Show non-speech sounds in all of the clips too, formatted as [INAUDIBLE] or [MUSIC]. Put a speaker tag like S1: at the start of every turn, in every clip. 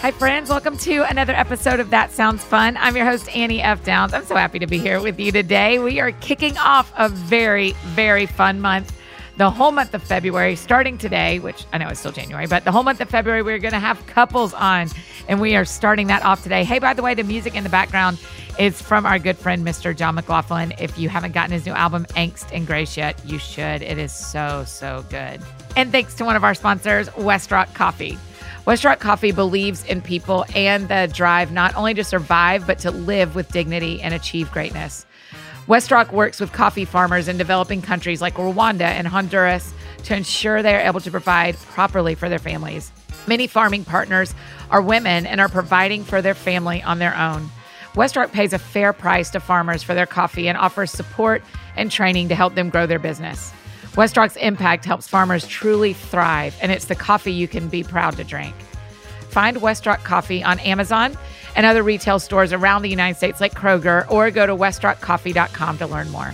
S1: Hi, friends. Welcome to another episode of That Sounds Fun. I'm your host, Annie F. Downs. I'm so happy to be here with you today. We are kicking off a very, very fun month. The whole month of February, starting today, which I know it's still January, but the whole month of February, we're going to have couples on, and we are starting that off today. Hey, by the way, the music in the background is from our good friend, Mr. John McLaughlin. If you haven't gotten his new album, Angst and Grace, yet, you should. It is so, so good. And thanks to one of our sponsors, West Rock Coffee. West Rock Coffee believes in people and the drive not only to survive, but to live with dignity and achieve greatness. West Rock works with coffee farmers in developing countries like Rwanda and Honduras to ensure they are able to provide properly for their families. Many farming partners are women and are providing for their family on their own. West Rock pays a fair price to farmers for their coffee and offers support and training to help them grow their business. Westrock's impact helps farmers truly thrive, and it's the coffee you can be proud to drink. Find Westrock Coffee on Amazon and other retail stores around the United States like Kroger, or go to westrockcoffee.com to learn more.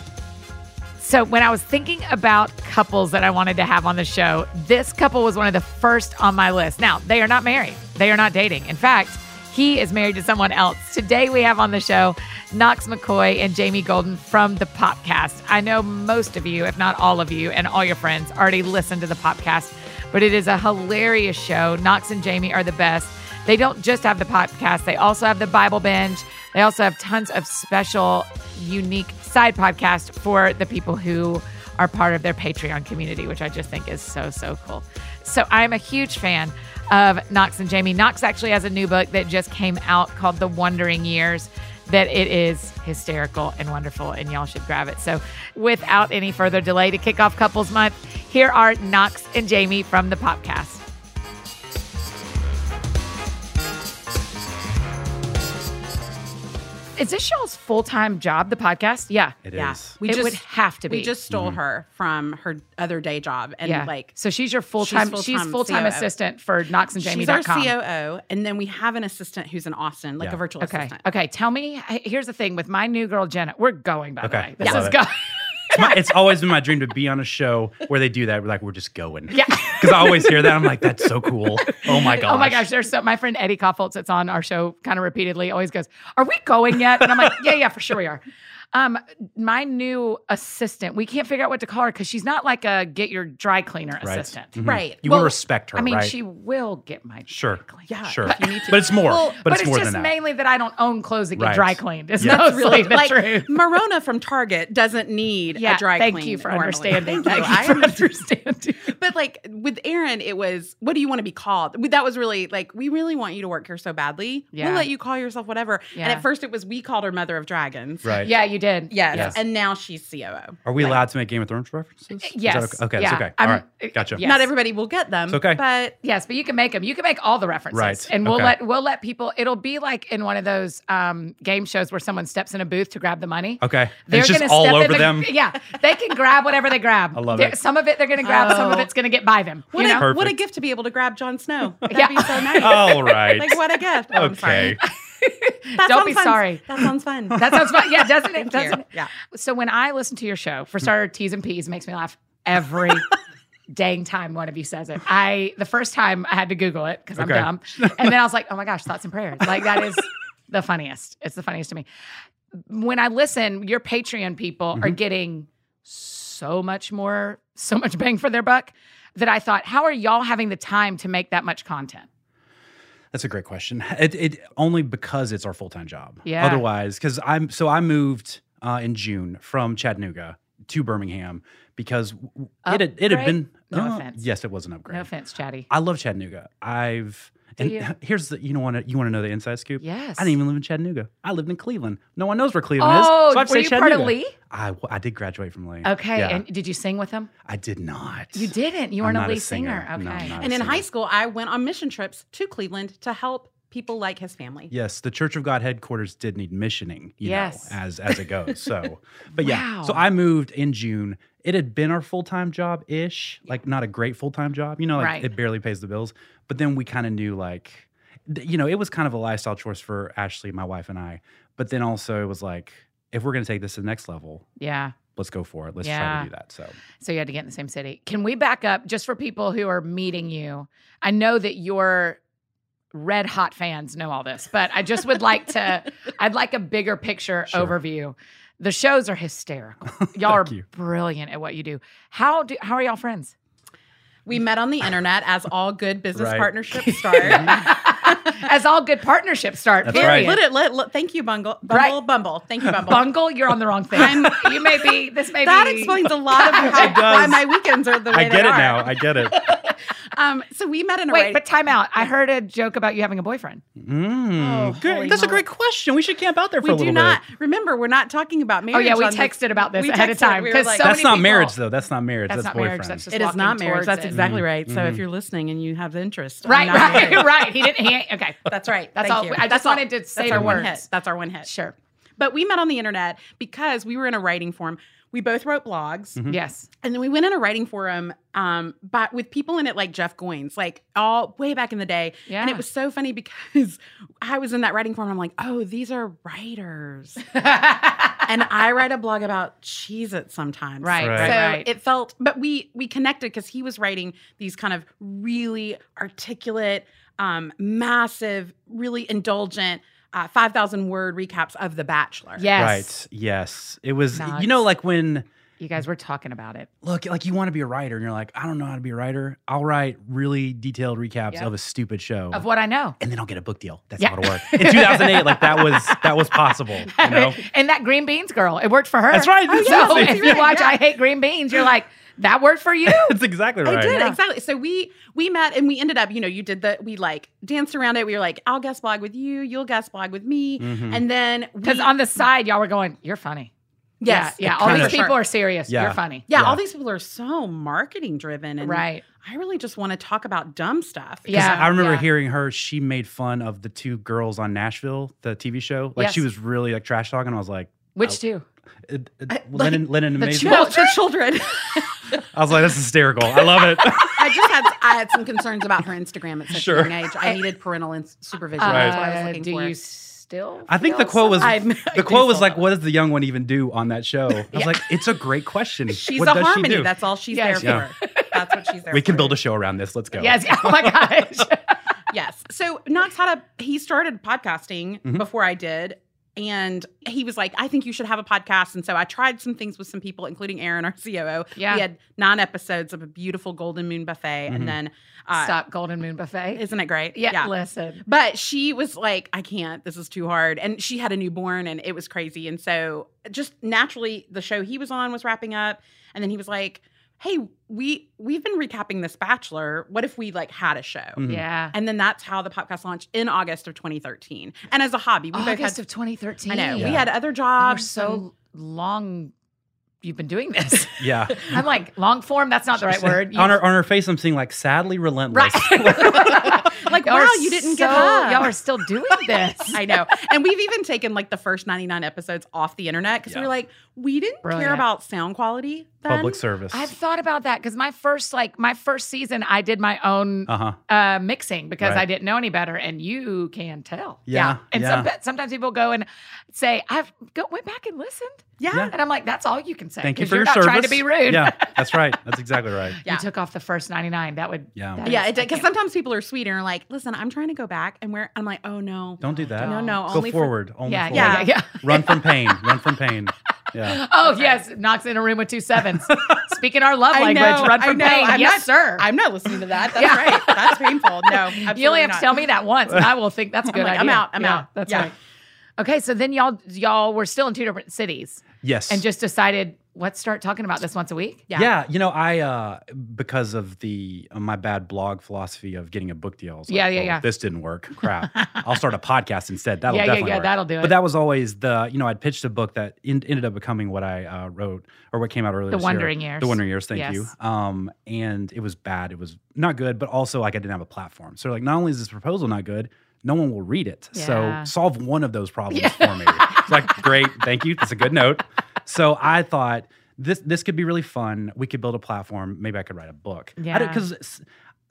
S1: So, when I was thinking about couples that I wanted to have on the show, this couple was one of the first on my list. Now, they are not married, they are not dating. In fact, he is married to someone else. Today, we have on the show Knox McCoy and Jamie Golden from the Popcast. I know most of you, if not all of you, and all your friends already listen to the Popcast, but it is a hilarious show. Knox and Jamie are the best. They don't just have the podcast, they also have the Bible Binge. They also have tons of special, unique side podcasts for the people who are part of their Patreon community, which I just think is so, so cool. So I'm a huge fan of Knox and Jamie. Knox actually has a new book that just came out called The Wondering Years. That it is hysterical and wonderful, and y'all should grab it. So, without any further delay, to kick off Couples Month, here are Knox and Jamie from the podcast. Is this y'all's full time job, the podcast? Yeah.
S2: It
S1: yeah.
S2: is. Mm-hmm.
S1: it would have to be.
S3: We just stole her from her other day job, and
S1: yeah.
S3: like
S1: so she's your full time she's
S3: full-time
S1: full time
S3: COO.
S1: assistant for Knox and
S3: She's our E
S1: Jamie.com.
S3: COO, and then we have an assistant who's in Austin, like
S2: Yeah.
S3: a virtual
S1: Okay.
S3: assistant.
S1: Okay. Tell me. h- Here's the thing with my new girl Jenna. We're going by the
S2: Okay,
S1: way. This
S2: I love
S1: is
S2: it. [LAUGHS]
S1: going.
S2: It's, my, it's always been my dream to be on a show where they do that. We're like, we're just going.
S1: Yeah.
S2: Because I always hear that. I'm like, that's
S1: [LAUGHS]
S2: so cool. Oh my gosh.
S1: Oh my gosh. There's so my friend Eddie Koffoltz that's on our show kind of repeatedly always goes, "Are we going yet?" And I'm like, "Yeah, yeah, for sure we are." Um, my new assistant. We can't figure out what to call her because she's not like a get your dry cleaner
S2: Right.
S1: assistant.
S2: Mhm.
S3: Right.
S2: You want
S1: Well, [LAUGHS]
S2: to respect her,
S1: I mean,
S2: right?
S1: she will get my
S2: Sure.
S1: dry cleaner.
S3: Yeah,
S2: Sure.
S3: if you need to.
S2: But it's more.
S3: Well,
S2: but it's, more
S1: just
S2: than that.
S1: mainly that I don't own clothes that get
S2: Right.
S1: dry cleaned. It's
S2: Yeah.
S1: mostly really the [LAUGHS]
S3: like
S1: truth.
S3: Marona from Target doesn't need
S1: Yeah,
S3: a dry
S1: thank
S3: clean.
S1: you for
S3: normally.
S1: understanding.
S3: [LAUGHS] Thank you.
S1: Thank
S3: I
S1: you for
S3: understand.
S1: [LAUGHS] understanding.
S3: But like with Aaron, it was, what do you want to be called? We- That was really like, we really want you to work here so badly.
S1: Yeah.
S3: We'll let you call yourself whatever. And
S1: Yeah.
S3: at first, it was we called her Mother of Dragons.
S2: Right.
S1: Yeah, you did.
S3: Yes.
S2: Yes.
S3: And now she's COO.
S2: Are we allowed to make Game of Thrones references? Is that
S1: Yes.
S2: okay? Okay.
S1: Yeah.
S2: It's okay.
S1: I'm-
S2: All right. Gotcha.
S1: yeah.
S3: Not
S1: Yes.
S3: everybody will get them.
S2: It's okay.
S3: But
S1: Yes, but you can make them. You can make all the references,
S2: Right.
S1: and we'll
S2: Okay.
S1: let we'll let people. It'll be like in one of those um, game shows where someone steps in a booth to grab the money.
S2: Okay. And
S1: They're
S2: it's just
S1: gonna
S2: all
S1: step
S2: over
S1: in the-
S2: them.
S1: [LAUGHS] Yeah, they can grab whatever they grab.
S2: I love
S1: They're-
S2: it.
S1: Some of it they're going to grab. Some of
S3: Oh.
S1: it's going to get by them.
S3: What,
S1: you know?
S3: a, what a
S2: Perfect.
S3: gift to be able to grab
S1: [LAUGHS]
S3: Jon Snow. That'd
S1: Yeah. Oh,
S3: be so nice.
S2: All right.
S3: Like what a gift. Oh, I'm sorry.
S2: okay.
S1: Don't
S3: That sounds
S1: be
S3: fun.
S1: sorry.
S3: That sounds
S1: [LAUGHS]
S3: fun.
S1: That sounds fun. Yeah, doesn't it?
S3: [LAUGHS] Thank you.
S1: Doesn't it?
S3: Yeah.
S1: So when I listen to your show,
S2: Hmm.
S1: for starter, T's and P's makes me laugh
S2: [LAUGHS]
S1: every dang time one of you says it. I the first time I had to Google it because I'm
S2: Okay. [LAUGHS]
S1: dumb, and then I was like, oh my gosh, thoughts and prayers. Like that is the funniest. It's the funniest to me. When I listen, your Patreon people
S2: Mm-hmm.
S1: are getting so much more, so much bang for their buck that I thought, how are y'all having the time to make that much content?
S2: That's a great question. It, it only because it's our full time job.
S1: Yeah.
S2: Otherwise, because I'm so I moved uh, in June from Chattanooga to Birmingham because w- it had, it had
S1: Upgrade?
S2: been uh,
S1: No offense.
S2: Yes, it was an upgrade.
S1: No offense, Chatty.
S2: I love Chattanooga. I've and
S1: you?
S2: here's the you know want to you want to know the inside scoop.
S1: Yes.
S2: I didn't even live in Chattanooga. I lived in Cleveland. No one knows where Cleveland
S1: Oh,
S2: is. So I've
S1: were
S2: said
S1: you part
S2: Chattanooga.
S1: of Lee?
S2: I w- I did graduate from Lee.
S1: Okay,
S2: Yeah.
S1: and did you sing with them?
S2: I did not.
S1: You didn't. You
S2: I'm
S1: weren't a
S2: not
S1: lead
S2: a
S1: singer.
S2: singer.
S1: Okay.
S2: No, I'm not.
S3: And in
S2: Singer.
S3: high school, I went on mission trips to Cleveland to help people like his family.
S2: Yes, the Church of God headquarters did need missioning, you
S1: Yes.
S2: know, as as it goes.
S1: [LAUGHS]
S2: So, but yeah, so
S1: Wow.
S2: I moved in June. It had been our full time job ish, like not a great full time job, you know, like
S1: Right.
S2: it barely pays the bills. But then we kind of knew, like, th- you know, it was kind of a lifestyle choice for Ashley, my wife, and I. But then also it was like, if we're gonna take this to the next level,
S1: yeah.
S2: let's go for it. Let's try
S1: Yeah.
S2: to do that. So,
S1: So you had to get in the same city. Can we back up just for people who are meeting you? I know that your red hot fans know all this, but I just would like
S2: [LAUGHS]
S1: to, I'd like a bigger picture
S2: Sure.
S1: overview. The shows are
S2: [LAUGHS]
S1: hysterical. Y'all are
S2: Thank you.
S1: brilliant at what you do. How do how are y'all friends?
S3: We met on the internet as all good business
S1: [LAUGHS]
S2: Right.
S3: partnerships start. [LAUGHS]
S1: As all good partnerships start.
S2: That's
S1: period.
S2: right.
S3: Let it, let, let- thank you, Bungle.
S1: Right.
S3: Bumble, Bumble. Thank you, Bumble.
S1: Bungle, you're on the wrong thing. you may be this may
S3: [LAUGHS] that
S1: be
S3: explains a
S1: [LAUGHS]
S3: lot of how,
S2: It does.
S3: why my weekends are the way
S2: I
S3: they
S2: get it
S3: are.
S2: now. I get it.
S3: Um, so we met in a
S1: Wait,
S3: radio-
S1: but time out. I heard a joke about you having a boyfriend.
S2: Mm,
S3: Oh,
S2: good.
S3: holy
S2: That's a
S3: moly.
S2: great question. We should camp out there for
S3: we
S2: a little
S3: do not
S2: bit.
S3: remember. We're not talking about marriage.
S1: Oh yeah, we
S3: on this.
S1: texted about this
S3: We
S1: ahead of
S3: texted.
S1: time
S3: We were
S1: because
S3: like-
S1: so
S2: That's
S1: many
S2: not
S1: people-
S2: marriage though. That's not marriage.
S1: That's
S2: That's,
S1: not marriage.
S2: boyfriend.
S1: That's just
S3: It is not
S1: walking
S3: marriage.
S1: towards
S3: That's
S1: it.
S3: exactly right. So if
S2: Mhm.
S3: you're listening and you have the interest, I'm
S1: right,
S3: not married.
S1: [LAUGHS] right, right. He didn't. He, okay,
S3: That's right.
S1: That's
S3: Thank
S1: all-
S3: you.
S1: I just
S3: That's all-
S1: wanted to say
S3: that's
S1: the
S3: our one
S1: words.
S3: hit. That's our one hit.
S1: sure.
S3: But we met on the internet because we were in a writing forum. We both wrote blogs,
S1: [LAUGHS]
S2: Mhm.
S1: Yes.
S3: and then we went in a writing forum, um, but with people in it like Jeff Goins, like all way back in the day.
S1: Yeah.
S3: And it was so funny because I was in that writing forum. I'm like, oh, these are writers, and I write a blog about cheese it sometimes.
S1: Right,
S2: Right.
S3: So
S1: right.
S3: it felt, but we we connected because he was writing these kind of really articulate, um, massive, really indulgent, uh, five thousand word recaps of The Bachelor.
S1: yes.
S2: Right. Yes. It was.
S1: Nuts.
S2: You know, like when
S1: You guys were talking about it.
S2: look, like you want to be a writer, and you're like, I don't know how to be a writer. I'll write really detailed recaps
S1: Yeah.
S2: of a stupid show,
S1: Of what I know.
S2: and then I'll get a book deal. That's
S1: Yeah.
S2: how
S3: [LAUGHS]
S2: it worked in 2008. like that was that was possible. You know.
S1: [LAUGHS] and that green beans girl, it worked for her.
S2: That's
S3: oh,
S2: right. That's
S1: So
S2: [LAUGHS] exactly-
S1: if you watch I Hate Green Beans, you're like, that worked for [LAUGHS] you.
S2: That's exactly right.
S3: I did
S1: Yeah.
S3: exactly. So we we met and we ended up. You know, you did the we like danced around it. We were like, I'll guest blog with you. You'll guest blog with me.
S2: Mhm.
S3: And then we-
S1: Because on the side, y'all were going, you're funny.
S3: yes,
S1: Yeah. yeah.
S2: it
S1: All
S2: kinda-
S1: these people
S3: Sure.
S1: are serious.
S2: Yeah.
S1: You're funny.
S3: yeah,
S2: Yeah.
S3: all these people are so marketing driven, and
S1: Right.
S3: I really just want to talk about dumb stuff.
S1: Yeah.
S2: I remember
S1: yeah.
S2: hearing her. She made fun of the two girls on Nashville, the TV show. Like she
S1: Yes.
S2: was really like trash talking. I was like, "Uh,
S1: Which two?
S2: it, it,
S3: I-
S2: Lennon, Lennon,
S3: The
S2: amazing.
S3: children. the children.
S2: I was like, that's hysterical. I love it.
S3: [LAUGHS] I just had I had some concerns about her Instagram at such
S2: Sure.
S3: a young age. I needed parental ins- supervision.
S2: Right.
S3: That's what I was
S1: Uh,
S3: looking
S1: do
S3: for.
S1: you still?
S2: I think the
S1: feel
S2: quote [LAUGHS] was-
S1: some-
S3: I'm- I
S2: the
S3: do
S2: quote was
S3: still
S2: like,
S3: know.
S2: "What does the young one even do on that show?" I was like, "It's a great question.
S3: [LAUGHS] She's
S2: what
S3: a
S2: does
S3: harmony.
S2: She do?
S3: That's all she's
S1: Yeah,
S3: there
S1: she-
S3: for. That's what she's there
S2: we can
S3: for.
S2: build a show around this. Let's go."
S1: Yes. Oh my gosh.
S3: Yes. So Knox had a he started podcasting
S2: Mhm.
S3: before I did. And he was like, I think you should have a podcast. And so I tried some things with some people, including Aaron, our COO.
S1: [LAUGHS] Yeah. [LAUGHS]
S3: We had nine episodes of a beautiful Golden Moon Buffet.
S2: Mhm.
S3: And then, uh,
S1: Stop Golden Moon Buffet.
S3: isn't it great?
S1: yeah, Listen.
S3: But she was like, I can't, this is too hard. And she had a newborn and it was crazy. And so just naturally the show he was on was wrapping up. And then he was like, Hey, we we've been recapping this bachelor. What if we like had a show?
S2: Mhm.
S1: Yeah.
S3: And then that's how the podcast launched in August of 2013. And as a hobby, we both
S1: August
S3: had
S1: of 2013.
S3: I know.
S1: Yeah.
S3: We had other
S1: How
S3: jobs. and-
S1: so long you've been doing [LAUGHS] this.
S2: Yeah.
S1: I'm like, long form, that's not the right word. You-
S2: on her on her face, I'm seeing like sadly
S1: Right.
S2: [LAUGHS] relentless.
S1: [LAUGHS]
S3: Like,
S1: Y'all are
S3: wow, you didn't give
S1: so-
S3: up.
S1: Y'all are still [LAUGHS] doing this.
S3: I know. And we've even taken like the first 99 episodes off the internet because we
S2: Yeah.
S3: were like, we didn't
S1: Brilliant.
S3: care about sound quality then.
S2: Public service.
S1: I've thought about that because my first like my first season I did my own
S2: Uh huh.
S1: uh, mixing because
S2: Right.
S1: I didn't know any better, and you can tell.
S2: Yeah,
S1: And
S2: yeah.
S1: some, sometimes people go and say, "I've go, went back and listened,"
S3: Yeah.
S2: Yeah.
S1: and I'm like, "That's all you can say."
S2: Thank you
S1: 'cause
S2: for
S1: you're
S2: your
S1: not
S2: service.
S1: Trying to be rude.
S2: Yeah, that's
S1: [LAUGHS]
S2: right. That's exactly right.
S3: Yeah.
S1: You took off the first 99. That would.
S2: Yeah.
S1: that
S3: Yeah,
S1: is-
S3: it did.
S1: I
S3: Because
S1: can't-
S3: sometimes people are sweet and are like, listen, I'm trying to go back and where I'm like, oh no.
S2: Don't do that.
S3: No, no.
S2: Go
S3: only for-
S2: forward. only
S1: yeah,
S2: forward.
S1: yeah,
S3: [LAUGHS]
S1: yeah,
S2: Run from pain. Run from pain.
S1: [LAUGHS]
S2: Yeah.
S1: Oh yes, knocks in a room with two
S2: [LAUGHS]
S1: sevens. Speaking our love
S3: I
S1: language,
S3: know,
S1: run
S3: I
S1: from
S3: know.
S1: pain.
S3: I'm
S1: yes, sir.
S3: I'm not listening to that. That's
S1: Yeah.
S3: right. That's painful. No.
S1: [LAUGHS]
S3: Absolutely
S1: you only have to
S3: not.
S1: tell me that once. and I will think that's a
S3: I'm
S1: good.
S3: like,
S1: idea.
S3: I'm out, I'm
S1: Yeah,
S3: out.
S1: That's
S3: Yeah.
S1: right. Okay, so then y'all y'all were still in two different cities
S2: Yes.
S1: and just decided let's start talking about this once a week.
S3: Yeah.
S2: Yeah. you know, I uh because of the uh, my bad blog philosophy of getting a book deal. I was like,
S1: Yeah, yeah,
S2: "Well,
S1: yeah.
S2: This didn't
S1: [LAUGHS]
S2: work. Crap. I'll start a podcast instead. That'll
S1: yeah, yeah,
S2: definitely
S1: yeah.
S2: work.
S1: That'll do it.
S2: but that was always the you know I'd pitched a book that in, ended up becoming what I uh, wrote or what came out earlier.
S1: the
S2: this
S1: Wondering
S2: year.
S1: Years.
S2: The Wondering Years. Thank you.
S1: Yes.
S2: Um, and it was bad. It was not good. But also like I didn't have a platform. So like not only is this proposal not good, no one will read it.
S1: Yeah.
S2: So solve one of those problems for me. It's like great, thank you. That's a good note. So I thought this this could be really fun. We could build a platform. Maybe I could write a book.
S1: Yeah.
S2: Because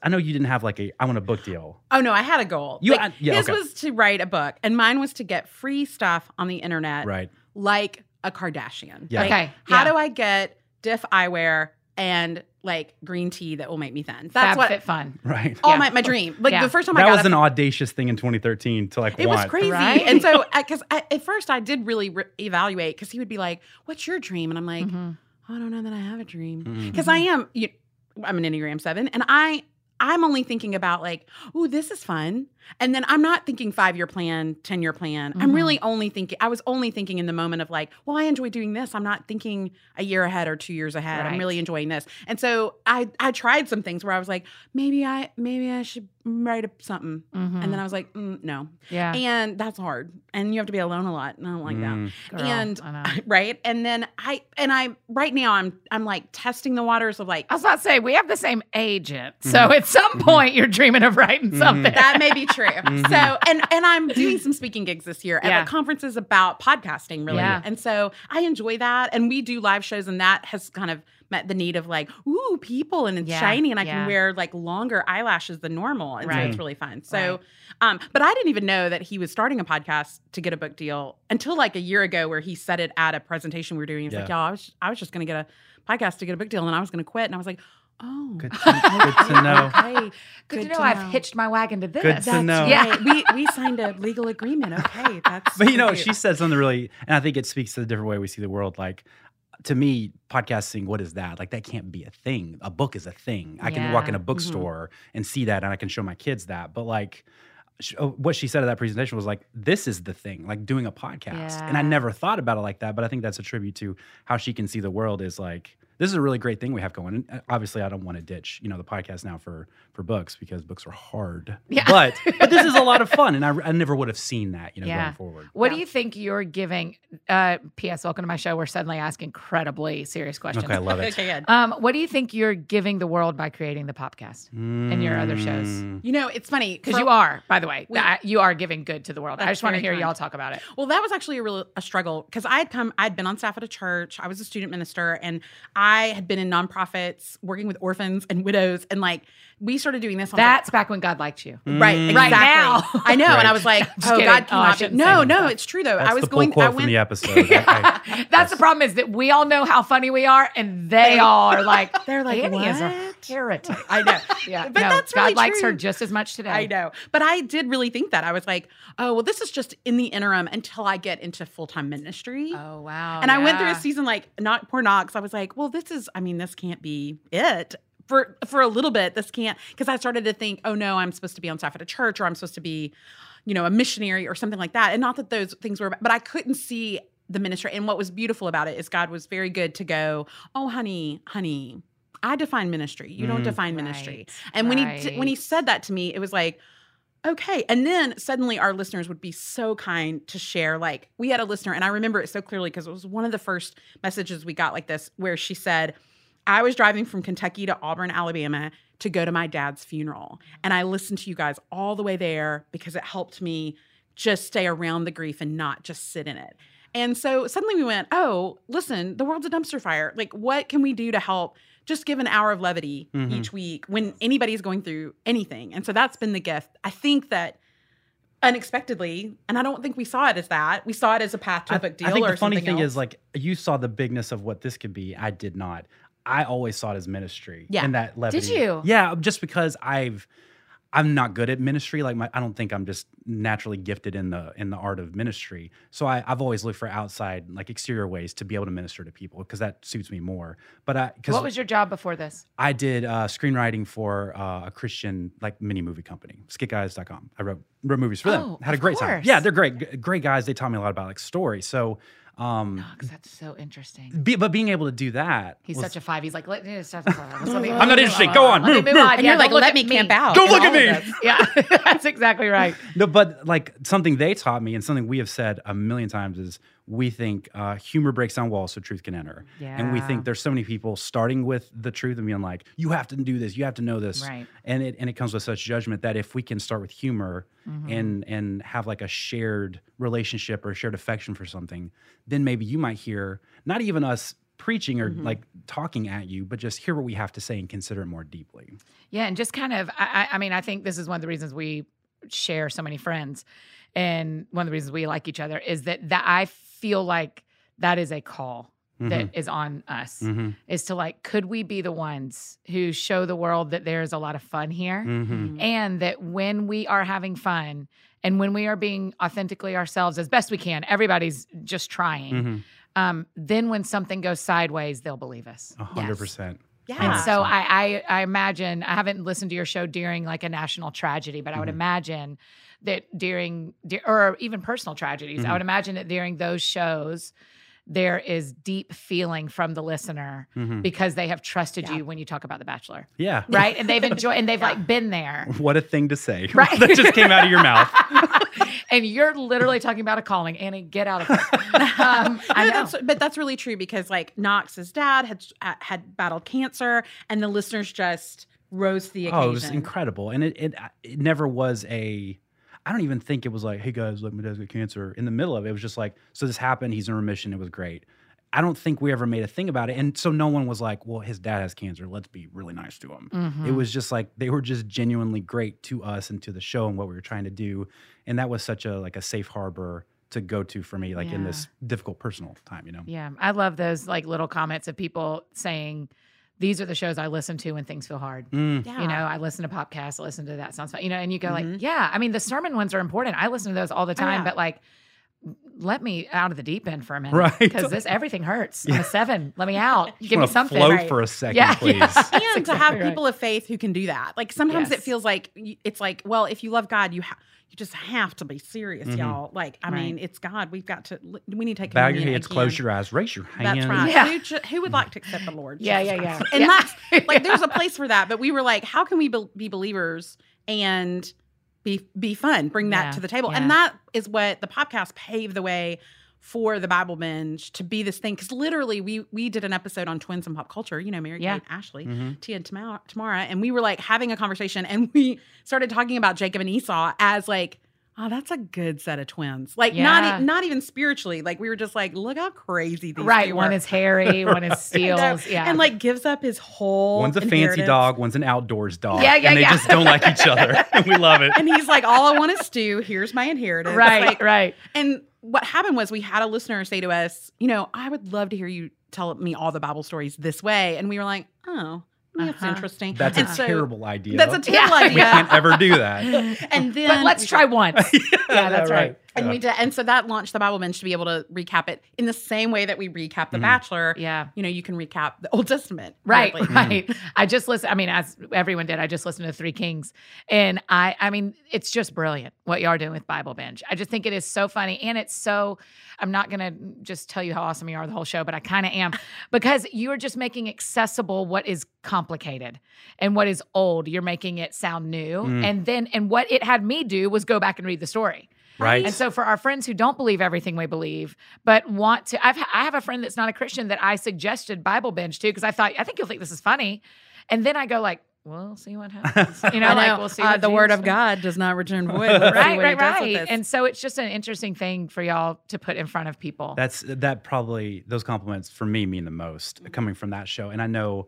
S2: I, know you didn't have like a I want a book deal.
S3: Oh no, I had a goal.
S2: You
S3: Like,
S2: had- yeah,
S3: his
S2: okay.
S3: was to write a book, and mine was to get free stuff on the internet,
S2: Right. [LAUGHS]
S3: like a Kardashian.
S2: Yeah.
S3: Like,
S1: Okay.
S3: How
S1: yeah.
S3: do I get diff eyewear and like green tea that will make me thin.
S1: That's
S3: That's what
S1: fun.
S2: Right.
S3: all
S1: Yeah.
S3: oh my my dream. Like
S1: Yeah.
S3: the first time I
S2: that
S3: got
S2: was
S3: up-
S2: an audacious thing in 2013 to like
S3: It was
S2: want.
S3: crazy.
S1: Right?
S3: And so, because at first I did really re- evaluate, because he would be like, What's your dream? And I'm like,
S1: Mhm.
S3: I don't know that I have a dream.
S2: Mm.
S3: Because I am, you, I'm an Enneagram 7, and I, I'm only thinking about like, oh, this is fun. And then I'm not thinking five year plan, 10 year plan. I'm
S1: Mhm.
S3: really only thinking, I was only thinking in the moment of like, well, I enjoy doing this. I'm not thinking a year ahead or two years ahead. I'm
S1: Right.
S3: really enjoying this. And so I, I tried some things where I was like, maybe I, maybe I should write up something.
S1: Mhm.
S3: And then I was like, mm, no,
S1: yeah.
S3: and that's hard and you have to be alone a lot and i don't like
S2: Mm.
S1: Girl,
S3: and-
S1: I, know.
S3: that right and then i and i right now i'm i'm like testing the waters of like
S1: I was about to say we have the same agent, so
S2: Mhm.
S1: at some
S2: Mhm.
S1: point you're dreaming of writing
S2: Mhm.
S1: something.
S3: that may
S1: [LAUGHS]
S3: be true
S2: Mhm.
S3: so and and i'm doing some speaking gigs this year
S1: Mm-hmm. Yeah.
S3: at a conferences about podcasting really
S1: Yeah.
S3: and so i enjoy that and we do live shows and that has kind of met the need of like ooh people and it's
S1: Yeah,
S3: shiny and i
S1: yeah.
S3: can wear like longer eyelashes than normal and so
S1: Right.
S3: it's really fun so um but i didn't even know that he was starting a podcast to get a book deal until like a year ago where he said it at a presentation we were doing he was like
S2: Yeah.
S3: y'all i was i was just gonna get a podcast to get a book deal and i was gonna quit and i was like oh
S2: Good to, good
S3: [LAUGHS]
S2: to know.
S3: okay
S1: Good, to
S3: Good
S1: know
S3: to
S1: I've
S3: know.
S1: hitched my wagon to this.
S2: Good to
S3: that's
S2: know.
S1: Yeah.
S3: right. we we signed a legal agreement. [LAUGHS] Okay, that's.
S2: [LAUGHS] But you know,
S3: great.
S2: she said something really, and I think it speaks to the different way we see the world. Like, to me, podcasting, what is that? Like, that can't be a thing. A book is a thing. I can walk
S1: Yeah.
S2: in a
S1: Mhm.
S2: bookstore and see that, and I can show my kids that. But like, sh- oh, what she said at that presentation was like, this is the thing, like doing a podcast. And I
S1: Yeah.
S2: never thought about it like that, but I think that's a tribute to how she can see the world is like, this is a really great thing we have going. And uh, obviously, I don't want to ditch, you know, the podcast now for for books because books are hard.
S1: Yeah.
S2: But but this is
S1: [LAUGHS]
S2: a lot of fun, and I, I never would have seen that, you know,
S1: Yeah.
S2: going forward.
S1: What do
S3: Yeah.
S1: you think you're giving? Uh, P.S. Welcome to my show. We're suddenly ask incredibly serious questions.
S2: Okay, I love
S3: [LAUGHS]
S2: it.
S3: Okay, good.
S1: Um, what do you think you're giving the world by creating the podcast?
S2: And
S1: your other shows.
S3: You know, it's funny
S1: Because
S3: for-
S1: you are, by the way,
S3: We-
S1: I- you are giving good to the world. I
S3: That's
S1: just want to
S3: very
S1: hear
S3: kind.
S1: y'all talk about it.
S3: Well, that was actually a real a struggle because I had come, I'd been on staff at a church. I was a student minister, and I had been in nonprofits working with orphans and widows, and like we started doing this. I was like,
S1: That's back when God liked you.
S3: Right,
S2: Mm.
S3: exactly.
S1: Right now.
S3: I know, and I was [LAUGHS] like,
S1: just
S3: "Oh
S1: kidding.
S3: God,
S1: Oh, I
S3: cannot be."
S1: shouldn't say
S3: No,
S1: that
S3: no,
S1: stuff.
S3: it's true though.
S2: That's
S3: I was
S2: the pull
S3: going.
S2: quote
S3: I
S2: from
S3: went.
S2: the
S3: [LAUGHS]
S2: episode. I- I-
S1: That's the problem is that we all know how funny we are, and they
S3: They-
S1: all are like,
S3: [LAUGHS] They're like,
S1: Annie is a
S3: "What?"
S1: heretic.
S3: [LAUGHS] I know.
S1: Yeah,
S3: But
S1: no,
S3: that's
S1: God
S3: really
S1: likes her
S3: true.
S1: just as much today.
S3: I know. But I did really think that. I was like, oh, well, this is just in the interim until I get into full time ministry.
S1: Oh wow!
S3: and I went through a
S1: yeah.
S3: season like not poor Knox. I was like, well, this is, I mean, this can't be it. For for a little bit, this can't because I started to think, oh no, I'm supposed to be on staff at a church or I'm supposed to be, you know, a missionary or something like that. And not that those things were, but I couldn't see the ministry. And what was beautiful about it is God was very good to go, oh honey, honey, I define ministry. You don't
S2: Mm.
S3: define ministry. And when he t- when he
S1: right.
S3: said that to me, it was like, okay. And then suddenly our listeners would be so kind to share. Like we had a listener, and I remember it so clearly because it was one of the first messages we got like this, where she said, "I was driving from Kentucky to Auburn, Alabama." To go to my dad's funeral. And I listened to you guys all the way there because it helped me just stay around the grief and not just sit in it. And so suddenly we went, oh, listen, the world's a dumpster fire. Like, what can we do to help? Just give an hour of levity
S2: Mhm.
S3: each week when anybody's going through anything. And so that's been the gift. I think that unexpectedly, and I don't think we saw it as that. We saw it as a path to
S2: I
S3: a book deal.
S2: think
S3: or
S2: the funny
S3: something
S2: thing
S3: else.
S2: is like you saw the bigness of what this could be. I did not. I always saw it as ministry.
S3: Yeah.
S2: And that levity.
S1: you?
S2: Yeah, just because I've I'm not good at ministry. Like my, I don't think I'm just naturally gifted in the in the art of ministry. So I, I've always looked for outside, like exterior ways to be able to minister to people because that suits me more. But I because
S1: What was your job before this?
S2: I did uh, screenwriting for uh, a Christian like mini movie company, skitguys.com. I wrote wrote movies for them.
S1: Oh,
S2: Had a
S1: of
S2: great time.
S1: course.
S2: Yeah, they're great, g- great guys. They taught me a lot about like story. So, um,
S1: Knox, Oh, that's so interesting.
S2: be, but being able to do that,
S1: He's
S2: was-
S1: such a five. He's like, let me [LAUGHS] stop. stop, stop, let me-
S3: I'm not
S2: interested. Go on,
S1: Let me
S2: move, move.
S1: on.
S3: and
S1: Yeah,
S3: you're like,
S1: don't look
S3: let
S1: at
S3: me camp out.
S2: Don't
S3: in
S2: look at
S3: all of
S2: me.
S3: this.
S1: Yeah, [LAUGHS] that's exactly right.
S2: no, but like something they taught me and something we have said a million times is we think uh, humor breaks down walls so truth can enter.
S1: Yeah,
S2: And we think there's so many people starting with the truth and being like, you have to do this, you have to know this.
S1: right.
S2: And it and it comes with such judgment that if we can start with humor
S1: Mhm.
S2: and and have like a shared relationship or shared affection for something, then maybe you might hear not even us preaching or
S1: Mm-hmm.
S3: Mhm.
S2: like talking at you, but just hear what we have to say and consider it more deeply.
S1: Yeah, and just kind of, I, I I mean, I think this is one of the reasons we share so many friends, and one of the reasons we like each other is that that I feel like that is a call that is on us
S2: hmm
S1: is to like, could we be the ones who show the world that there is a lot of fun here?
S3: Mm-hmm.
S2: hmm
S1: And that when we are having fun and when we are being authentically ourselves as best we can, everybody's just trying.
S2: hmm
S1: Um, then when something goes sideways, they'll believe us.
S2: A hundred percent.
S3: Yeah.
S1: And so
S2: Awesome.
S1: I, I I imagine I haven't listened to your show during like a national tragedy, but I would
S2: Mhm.
S1: imagine that during de- or even personal tragedies, I
S2: Mhm.
S1: would imagine that during those shows there is deep feeling from the listener
S2: hmm
S1: because they have trusted
S3: Yeah.
S1: you when you talk about the bachelor,
S2: Yeah.
S1: right? And they've enjoyed and they've
S3: [LAUGHS] Yeah.
S1: like been there.
S2: [LAUGHS] What a thing to say. [LAUGHS]
S1: Right.
S2: that just came out of your mouth.
S1: [LAUGHS] and you're literally talking about a calling, Annie. Get out of
S3: [LAUGHS]
S1: here. Um, I
S3: No,
S1: know.
S3: That's, but that's really true because like Knox's dad had uh, had battled cancer, and the listeners just rose to the occasion.
S2: Oh, it was incredible, and it, it it never was a. I don't even think it was like, hey guys, look, my dad's got cancer. In the middle of it, it was just like, so this happened. He's in remission. It was great. I don't think we ever made a thing about it, and so no one was like, well, his dad has cancer. Let's be really nice to him.
S1: Mhm.
S2: It was just like they were just genuinely great to us and to the show and what we were trying to do, and that was such a like a safe harbor to go to for me, like in
S1: Yeah.
S2: this difficult personal time, you know.
S1: Yeah, I love those like little comments of people saying, "These are the shows I listen to when things feel hard."
S2: Mm,
S3: yeah.
S1: You know, I listen to podcasts, I listen to that sounds fun. You know, and you go
S3: Mhm.
S1: like, "Yeah." I mean, the sermon ones are important. I listen to those all the time,
S3: Oh, yeah.
S1: but like, let me out of the deep end for a minute,
S2: Right.
S1: Because this everything hurts. I'm a seven. Let me out. Give me
S2: Wanna
S1: something.
S2: Float
S3: right?
S2: for a second,
S1: Yeah,
S2: please.
S1: yeah.
S3: and
S1: That's
S3: to have
S1: exactly right.
S3: people of faith who can do that. Like sometimes it
S1: Yes.
S3: feels like y- it's like, well, if you love God, you ha- you just have to be serious,
S2: Mhm.
S3: y'all. Like, I
S1: Mm-hmm. Right.
S3: mean, it's God. We've got to. li- We need to take.
S2: Bow your
S3: communion
S2: heads,
S3: again.
S2: close your eyes, raise your hands.
S3: That's right.
S1: Yeah.
S3: Who, ju- who would like to accept the Lord?
S1: Yeah,
S3: Jesus
S1: yeah, yeah.
S3: Christ? And
S1: Yeah.
S3: that's [LAUGHS] like there's a place for that, but we were like, how can we be, be believers and be be fun? Bring that
S1: Yeah,
S3: to the table,
S1: yeah.
S3: and that is what the podcast paved the way for the Bible binge to be this thing. Because literally, we we did an episode on twins and pop culture. You know, Mary
S1: Yeah.
S3: Kate, Ashley,
S2: Mhm.
S3: Tia and Tamara, Tamara, and we were like having a conversation, and we started talking about Jacob and Esau as like, oh, that's a good set of twins. Like
S1: Yeah.
S3: not e- not even spiritually. Like we were just like, look how crazy
S1: [LAUGHS]
S3: these
S1: right.
S3: two
S1: One
S3: are."
S1: is hairy.
S3: [LAUGHS]
S1: One is
S3: I know.
S1: steals. Yeah.
S3: and like gives up his whole.
S2: One's a fancy
S3: inheritance.
S2: dog, one's an outdoors dog.
S1: Yeah, yeah,
S2: and they
S1: yeah.
S2: just don't like
S1: [LAUGHS]
S2: each other. [LAUGHS] And we love it.
S3: and he's like, all I want is stew. Here's my inheritance.
S1: right,
S3: Like,
S1: right.
S3: and what happened was we had a listener say to us, you know, I would love to hear you tell me all the Bible stories this way, and we were like, oh, that's
S1: Uh-huh.
S3: interesting.
S2: That's a
S3: And so-
S2: terrible idea.
S3: That's a [LAUGHS] terrible
S1: [LAUGHS] Yeah.
S2: we can't
S3: idea.
S2: ever do that.
S3: And then
S1: but let's
S3: we-
S1: try once. [LAUGHS] Yeah, that's right.
S3: And we did, and so that launched the Bible Bench to be able to recap it in the same way that we recap The
S2: Mhm.
S3: Bachelor.
S1: Yeah.
S3: You know, you can recap the Old Testament,
S1: Right,
S3: [LAUGHS] weirdly.
S1: right. I just listened. I mean, as everyone did, I just listened to Three Kings, and I, I mean, it's just brilliant what y'all are doing with Bible Binge. I just think it is so funny, and it's so. I'm not gonna just tell you how awesome you are the whole show, but I kind of am [LAUGHS] because you are just making accessible what is complicated and what is old. You're making it sound new,
S2: Mm.
S1: and then and what it had me do was go back and read the story.
S2: Right.
S1: And so for our friends who don't believe everything we believe, but want to, I've, I have a friend that's not a Christian that I suggested Bible binge to because I thought I think you'll think this is funny, and then I go like, we'll see what
S3: [LAUGHS]
S1: happens. You know,
S3: I
S1: like
S3: know.
S1: we'll see.
S3: Uh,
S1: what
S3: the Word
S1: Jesus
S3: of
S1: does.
S3: God does not return [LAUGHS] void. Let's see
S1: Right,
S3: what he
S1: right,
S3: does with
S1: right.
S3: this.
S1: And so it's just an interesting thing for y'all to put in front of people.
S2: That's that probably those compliments for me mean the most
S1: Mm-hmm.
S2: coming from that show. And I know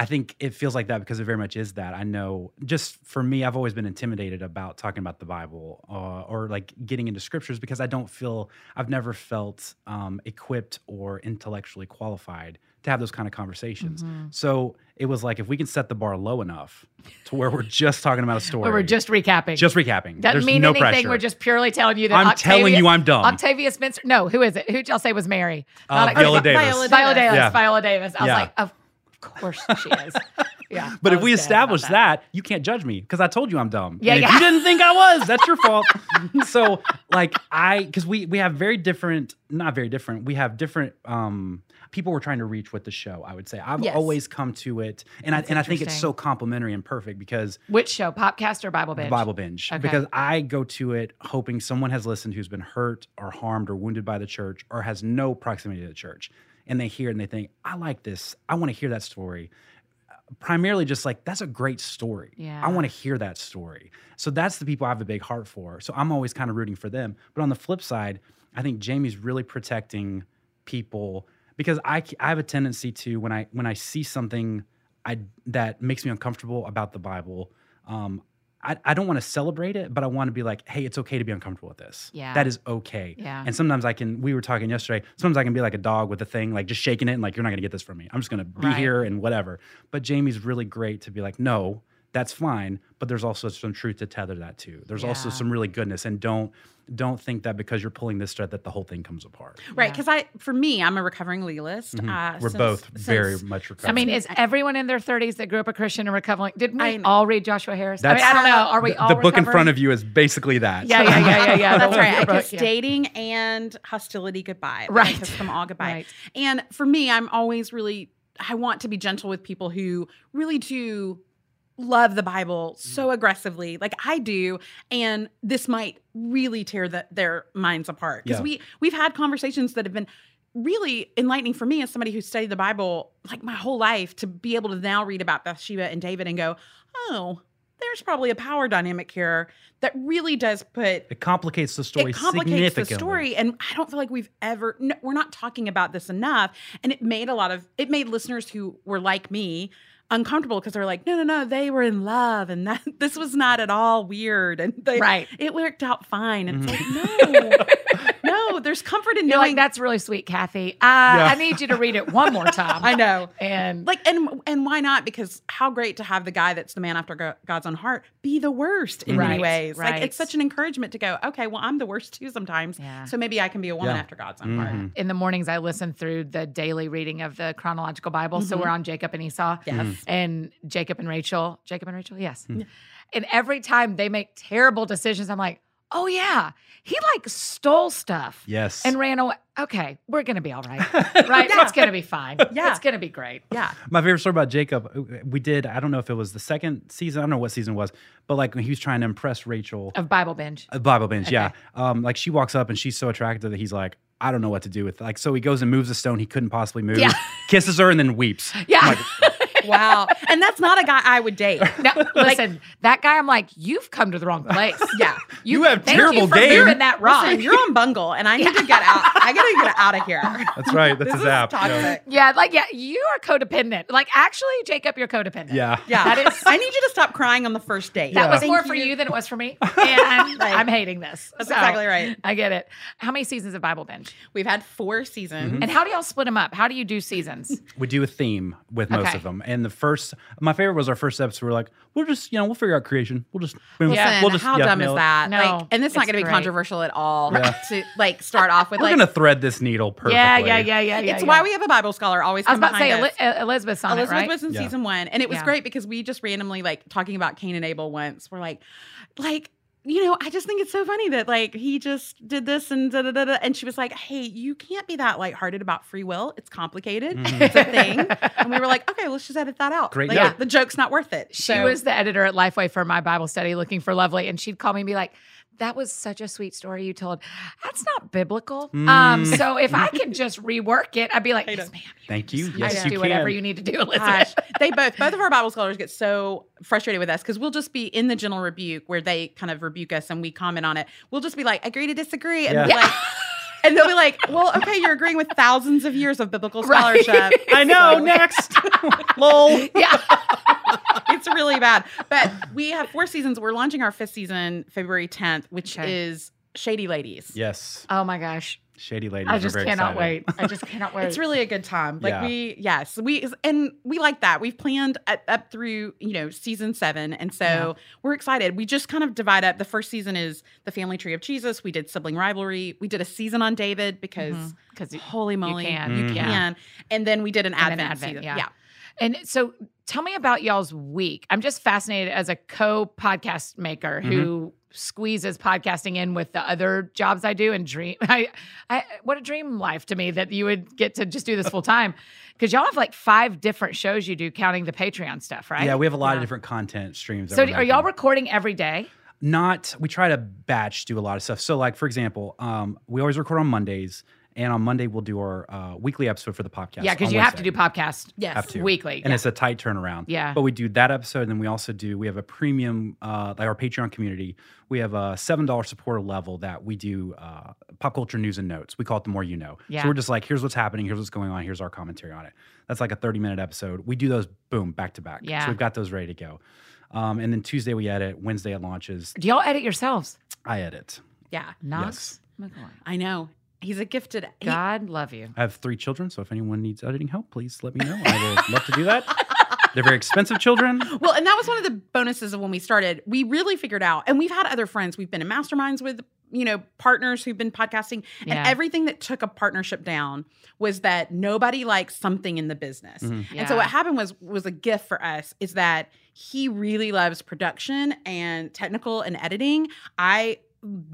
S2: I think it feels like that because it very much is that. I know just for me, I've always been intimidated about talking about the Bible uh, or like getting into scriptures because I don't feel I've never felt um, equipped or intellectually qualified to have those kind of conversations.
S1: Mhm.
S2: So it was like if we can set the bar low enough to where we're just talking about a
S1: [LAUGHS]
S2: story,
S1: Where we're just recapping.
S2: just
S1: doesn't
S2: recapping. There's
S1: mean
S2: no
S1: anything.
S2: pressure.
S1: We're just purely telling you that
S2: I'm telling
S1: Octavia-
S2: you, I'm dumb.
S1: Octavia Spencer. No, who is it? Who y'all say was Mary?
S2: uh,
S1: Not
S2: Viola
S1: Octavia-
S2: Davis.
S3: Viola
S1: Viola
S3: Davis.
S1: Davis.
S2: Yeah.
S1: Viola Davis. I was
S2: Yeah.
S1: like, of course she
S3: [LAUGHS]
S1: is. Yeah.
S2: But
S1: I
S2: if we
S1: was dead about
S2: establish that, you can't judge me because I told you I'm dumb.
S1: Yeah,
S2: And if
S1: yeah.
S2: you didn't think I was, that's
S1: [LAUGHS]
S2: your fault. so, like, I because we we have very different, not very different. We have different um people we're trying to reach with the show. I would say I've
S3: Yes.
S2: always come to it, and I
S1: That's
S2: and I think it's
S1: interesting.
S2: so complimentary and perfect because
S1: Which show? Popcast or Bible Binge?
S2: the Bible binge
S1: Okay.
S2: because I go to it hoping someone has listened who's been hurt or harmed or wounded by the church or has no proximity to the church. And they hear it and they think, I like this. I want to hear that story. Primarily just like, that's a great story.
S1: Yeah.
S2: I want to hear that story. So that's the people I have a big heart for. So I'm always kind of rooting for them. But on the flip side, I think Jamie's really protecting people because I, c- I have a tendency to when I when I see something I that makes me uncomfortable about the Bible, um, I, I don't want to celebrate it, but I want to be like, hey, it's okay to be uncomfortable with this.
S1: Yeah.
S2: That is okay.
S1: Yeah.
S2: And sometimes I can, we were talking yesterday, sometimes I can be like a dog with a thing, like just shaking it and like, you're not going to get this from me. I'm just going to be
S1: Right.
S2: here and whatever. But Jamie's really great to be like, no, that's fine. But there's also some truth to tether that to. There's also
S1: Yeah.
S2: some really goodness. And don't, don't think that because you're pulling this thread that the whole thing comes apart.
S1: Yeah.
S3: Right. Because I, for me, I'm a recovering legalist.
S2: Mhm.
S3: Uh,
S2: We're
S3: since-
S2: both very
S3: since-
S2: much
S1: I
S2: recovering.
S1: mean, is everyone in their 30s that grew up a Christian and recovering? Did we
S3: I know.
S1: all read Joshua Harris? I mean, I
S2: That's-
S1: don't know. Are we
S2: the,
S1: all
S2: the book in front
S1: recovering?
S2: of you is basically that.
S1: Yeah, yeah, yeah, yeah,
S2: [LAUGHS]
S1: yeah.
S3: That's right. I
S1: Right,
S3: kissed
S1: yeah.
S3: dating and hostility goodbye. Like,
S1: Right.
S3: I kissed them all goodbye.
S1: Right.
S3: And for me, I'm always really, I want to be gentle with people who really do love the Bible so aggressively, like I do. And this might really tear the, their minds apart. Because
S2: Yeah.
S3: we, we've had conversations that have been really enlightening for me as somebody who studied the Bible like my whole life to be able to now read about Bathsheba and David and go, oh, there's probably a power dynamic here that really does put
S2: It complicates the story
S3: it complicates the
S2: significantly.
S3: story and i don't feel like we've ever no, we're not talking about this enough and it made a lot of it made listeners who were like me uncomfortable because they're like no no no they were in love and that [LAUGHS] this was not at all weird and they,
S1: Right.
S3: it worked out fine and
S1: You're
S3: it's like
S2: Mm-hmm.
S3: no
S2: [LAUGHS]
S3: no there's comfort in
S1: like,
S3: knowing that
S1: that's really sweet, Kathy. Uh,
S2: Yeah.
S1: I need you to read it one more time.
S3: [LAUGHS] i know
S1: And
S3: like and and why not because how great to have the guy that's the man after Go- god's own heart be the worst in
S1: Right,
S3: many ways
S1: right.
S3: like it's such an encouragement to go okay well i'm the worst too sometimes
S1: Yeah.
S3: so maybe i can be a woman
S2: Yeah.
S3: after god's own heart
S2: Mhm.
S1: in the mornings, I listen through the daily reading of the chronological Bible. So
S3: Mhm.
S1: we're on Jacob and Esau.
S3: Yes.
S1: and Jacob and Rachel. Jacob and Rachel, yes.
S2: Hmm.
S1: And every time they make terrible decisions, I'm like, oh yeah, he like stole stuff
S2: Yes.
S1: and ran away. Okay, we're gonna be all
S2: [LAUGHS]
S1: right, right? It's gonna be fine.
S3: [LAUGHS] Yeah.
S1: it's gonna be great. [LAUGHS]
S3: Yeah.
S2: My favorite story about Jacob, we did, I don't know if it was the second season, I don't know what season it was, but like when he was trying to impress Rachel,
S1: Of Bible binge.
S2: uh, Bible Binge, yeah. Um, like she walks up and she's so attractive that he's like, I don't know what to do with. Like, so he goes and moves a stone he couldn't possibly move,
S1: Yeah.
S2: kisses her, and then weeps.
S1: [LAUGHS] Yeah.
S3: Wow. and that's not a guy I
S1: [LAUGHS]
S3: would date.
S2: [LAUGHS]
S1: no, listen, that guy. I'm like, you've come to the wrong place.
S3: Yeah.
S2: You have
S1: thank
S2: terrible
S1: you for
S2: game.
S1: moving that wrong.
S3: Listen, you're on bungle and I need to get out. I gotta
S1: [LAUGHS]
S3: get out of here.
S2: That's right. That's
S3: This
S2: his
S3: is
S2: app.
S3: toxic.
S1: yeah, like yeah, you are codependent. Like actually, Jacob, you're codependent.
S2: Yeah.
S3: Yeah.
S1: That is-
S3: I need you to stop crying on the first date.
S1: That was
S3: Thank
S1: more for
S3: [LAUGHS]
S1: you than it was for me.
S2: [LAUGHS]
S1: And
S3: Right.
S1: I'm hating this.
S3: That's
S1: So,
S3: exactly right.
S1: I get it. How many seasons of Bible Binge?
S3: We've had four seasons.
S2: Mm-hmm.
S1: And how do y'all split them up? How do you do seasons?
S2: We do a theme with most
S1: Okay.
S2: of them. And the first, my favorite was our first episode. We are like, we'll just, you know, we'll figure out creation. We'll just, we'll,
S1: Yeah.
S3: Listen,
S2: we'll just,
S3: how
S2: yeah,
S3: dumb
S2: nail
S3: is
S2: it.
S3: that?
S1: No,
S3: like, and it's not
S1: it's
S3: going to be
S1: great.
S3: controversial at all
S2: Yeah.
S3: to like start off with
S2: We're
S3: like
S2: going to thread this needle [LAUGHS] perfectly.
S1: Yeah, yeah, yeah, yeah, yeah.
S3: it's
S1: yeah.
S3: why we have a Bible scholar always.
S1: I was
S3: Come
S1: about to say
S3: behind
S1: Eli-
S3: us.
S1: uh, Elizabeth's on
S3: Elizabeth
S1: it, right?
S3: was in
S2: Yeah.
S3: season one, and it was
S1: Yeah.
S3: great because we just randomly like talking about Cain and Abel once. We're like, like you know, I just think it's so funny that like he just did this and da da da. da. And she was like, hey, you can't be that lighthearted about free will. It's complicated.
S2: Mhm.
S3: It's a thing. and we were like, okay, let's just edit that out.
S2: Great
S3: Like,
S2: note.
S3: The joke's not worth it.
S1: She
S3: So-
S1: was the editor at Lifeway for my Bible study, looking for Lovely, and she'd call me and be like, "That was such a sweet story you told. That's not biblical. Um,
S2: Mm.
S1: so if I
S3: [LAUGHS]
S1: can just rework it, I'd be like,
S3: I
S1: yes,
S3: know.
S1: ma'am.
S2: Thank you.
S1: I
S2: Yes,
S1: just
S2: you
S1: do
S2: can.
S1: whatever you need to do, Elizabeth.
S3: Gosh, they both both of our Bible scholars get so frustrated with us because we'll just be in the general rebuke where they kind of rebuke us and we comment on it. We'll just be like, agree to disagree, and
S2: Yeah.
S3: they're like. And they'll be like, well, okay, you're agreeing with thousands of years of
S1: [LAUGHS]
S3: biblical
S1: Right.
S3: scholarship. I
S1: [LAUGHS]
S3: know, next. Lol.
S1: [LAUGHS] yeah.
S3: [LAUGHS] It's really bad. But we have four seasons. We're launching our fifth season February 10th, which
S1: Okay.
S3: is Shady Ladies.
S2: Yes.
S1: Oh my gosh,
S2: Shady ladies.
S1: I
S2: We're
S1: just
S2: very
S1: cannot
S2: excited.
S1: wait. I just cannot wait. Mm-hmm.
S3: It's really a good time. Like
S2: Yeah.
S3: we, yes, we and we like that. We've planned up, up through you know season seven, and so
S1: Yeah.
S3: we're excited. We just kind of divide up. The first season is the family tree of Jesus. We did sibling rivalry. We did a season on David because
S1: because
S3: holy moly,
S1: Mm-hmm. can.
S2: Mhm.
S1: Yeah.
S3: can. And then we did an
S1: And
S3: Advent,
S1: an Advent,
S3: season.
S1: yeah.
S3: Yeah.
S1: And so tell me about y'all's week. I'm just fascinated as a co podcast maker who squeezes podcasting in with the other jobs I do and dream. [LAUGHS] I, I, what a dream life to me that you would get to just do this full time. Cause y'all have like five different shows you do, counting the Patreon stuff, right?
S2: Yeah, we have a lot
S1: Yeah.
S2: of different content streams. that
S1: So
S2: we're
S1: are y'all
S2: making.
S1: recording every day?
S2: not? We try to batch do a lot of stuff. So, like for example, um, we always record on Mondays, and on Monday we'll do our uh, weekly episode for the podcast.
S1: yeah, because
S2: on
S1: you have to
S2: Wednesday.
S1: do podcast
S3: Yes.
S2: Have to.
S1: weekly.
S2: and it's a tight turnaround.
S1: Yeah.
S2: but we do that episode, and then we also do we have a premium uh, like our Patreon community. We have a seven dollar supporter level that we do uh, pop culture news and notes. We call it the more you know.
S1: Yeah.
S2: So we're just like, here's what's happening, here's what's going on, here's our commentary on it. That's like a thirty minute episode. We do those boom back to back.
S1: Yeah.
S2: so we've got those ready to go. Um, and then Tuesday we edit. Wednesday it launches.
S1: Do y'all edit yourselves?
S2: I edit.
S3: Yeah,
S1: Knox McCoy.
S3: I know. He's a gifted. he-
S1: God love you.
S2: I have three children, so if anyone needs editing help, please let me know. I would love to do that. They're very expensive children.
S3: well, and that was one of the bonuses of when we started. We really figured out, and we've had other friends we've been in masterminds with, you know, partners who've been podcasting,
S1: Yeah.
S3: and everything that took a partnership down was that nobody likes something in the business.
S2: Mhm.
S3: And so
S1: Mm-hmm. Yeah.
S3: what happened was was a gift for us is that he really loves production and technical and editing. I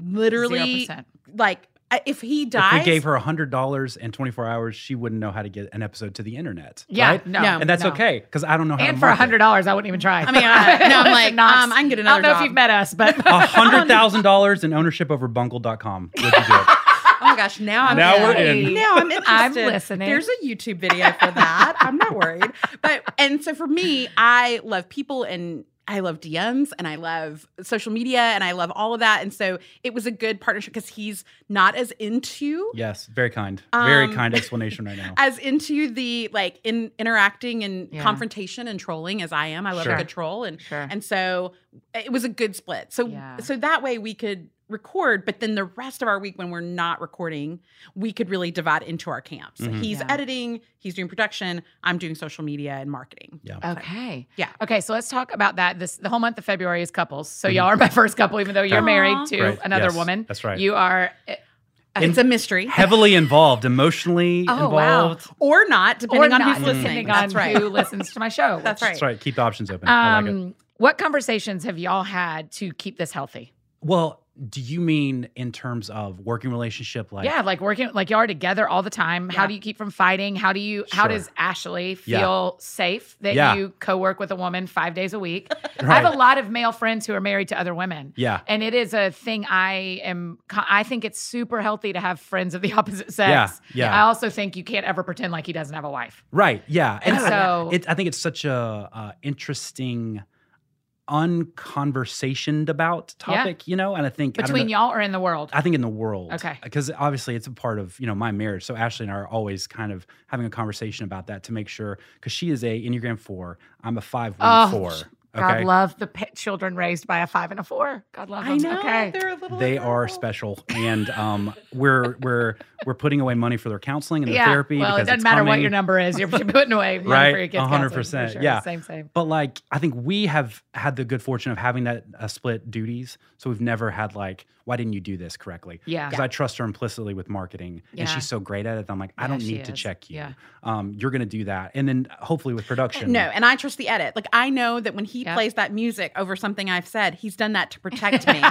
S3: literally
S1: 0%.
S3: like I- if he
S2: If
S3: dies,
S2: we gave her hundred dollars and twenty four hours, she wouldn't know how to get an episode to the internet.
S1: Yeah,
S2: right?
S1: no,
S3: No.
S2: and that's
S1: no.
S2: okay because I don't know how.
S1: And
S2: to
S1: for
S2: market.
S1: hundred dollars, I wouldn't even try.
S3: I mean,
S1: [LAUGHS]
S3: I, no, I'm like,
S1: Knox,
S3: um, I can get
S1: I don't
S3: another.
S1: know if
S3: job.
S1: you've met us,
S2: [LAUGHS]
S1: but
S2: A hundred thousand dollars in ownership over bungle.com. Would you do it?
S1: [LAUGHS]
S3: Oh my gosh, now I'm
S2: Now
S3: in.
S2: we're in.
S3: Now I'm
S1: I'm
S3: interested.
S1: listening.
S3: There's a YouTube video for that. I'm not worried. But and so for me, I love people and I love DMs and I love social media and I love all of that. And so it was a good partnership because he's not as into
S2: Yes, very kind. Very
S3: Um,
S2: kind explanation right now.
S1: [LAUGHS]
S3: as into the like in interacting and
S1: Yeah.
S3: confrontation and trolling as I am. I love
S2: Sure.
S3: a good troll and
S1: sure.
S3: and so it was a good split. So
S1: Yeah.
S3: so that way we could record, but then the rest of our week when we're not recording, we could really divide into our camps.
S2: Mhm.
S3: He's
S1: Mm-hmm. Yeah.
S3: editing, he's doing production, I'm doing social media and marketing.
S1: Okay.
S3: Yeah.
S1: Okay. So let's talk about that. This the whole month of February is couples. So y'all are my [LAUGHS] first couple, even though you're
S3: Aw.
S1: married to
S2: Mm-hmm. Right,
S1: another
S2: yes,
S1: woman.
S2: That's right.
S1: You are uh,
S2: And-
S3: it's a mystery.
S2: heavily involved, emotionally
S1: [LAUGHS] Oh, wow.
S2: involved.
S3: or not,
S1: or
S3: depending on
S1: not
S3: who's listening.
S1: depending on
S3: That's right.
S1: who listens to my show.
S3: That's
S1: which-
S3: right.
S2: That's right. Keep the options open. I like it.
S1: Um, what conversations have y'all had to keep this healthy?
S2: Well, do you mean in terms of working relationship? Like,
S1: yeah, like working, like y'all are together all the time. How
S3: Yeah.
S1: do you keep from fighting? How do you? How
S2: Sure.
S1: does Ashley
S2: Yeah.
S1: feel safe that
S2: Yeah.
S1: you co-work with a woman five days a week? I
S2: right.
S1: have a lot of male friends who are married to other women.
S2: yeah,
S1: And it is a thing I am, co- I think it's super healthy to have friends of the [LAUGHS] opposite
S2: yeah,
S1: sex. I
S2: yeah,
S1: also think you can't ever pretend like he doesn't have a wife.
S2: right, yeah.
S1: And
S2: I-
S1: so,
S2: it, I think it's such a uh, interesting, unconversationed about
S1: Yeah.
S2: topic, you know. And I think I don't
S1: between
S2: know-
S1: y'all or in the world.
S2: I think in the world,
S1: Okay.
S2: because obviously it's a part of you know my marriage. So Ashley and I are always kind of having a conversation about that to make sure because she is a Enneagram four, I'm a five
S1: Oh,
S2: one four.
S1: God love the pet children raised by a five and a four. God love them.
S3: [LAUGHS] I know
S1: Okay.
S3: they're a little "Oh,
S2: They are
S3: adorable.
S2: special, and um, we're we're we're putting away money for their counseling and their
S1: yeah.
S2: therapy.
S1: well, it
S2: because
S1: doesn't
S2: it's
S1: matter what
S2: coming.
S1: your number is.
S2: [LAUGHS]
S1: You're putting away money
S2: Right,
S1: for your kids.
S2: 100%,
S1: counseling, for sure.
S2: yeah.
S1: Same, same.
S2: But like, I think we have had the good fortune of having that uh, split duties, so we've never had like, why didn't you do this correctly?
S1: Yeah.
S2: Because I trust her implicitly with marketing,
S1: Yeah.
S2: and she's so great at it. that I'm like, I
S1: Yeah,
S2: don't
S1: she
S2: need to
S1: is.
S2: check you.
S1: Yeah.
S2: Um, you're gonna do that, and then hopefully with production.
S3: No, and I trust the edit. Like I know that when he
S1: Yep.
S3: plays that music over something I've said, he's done that
S1: [LAUGHS]
S3: to protect me.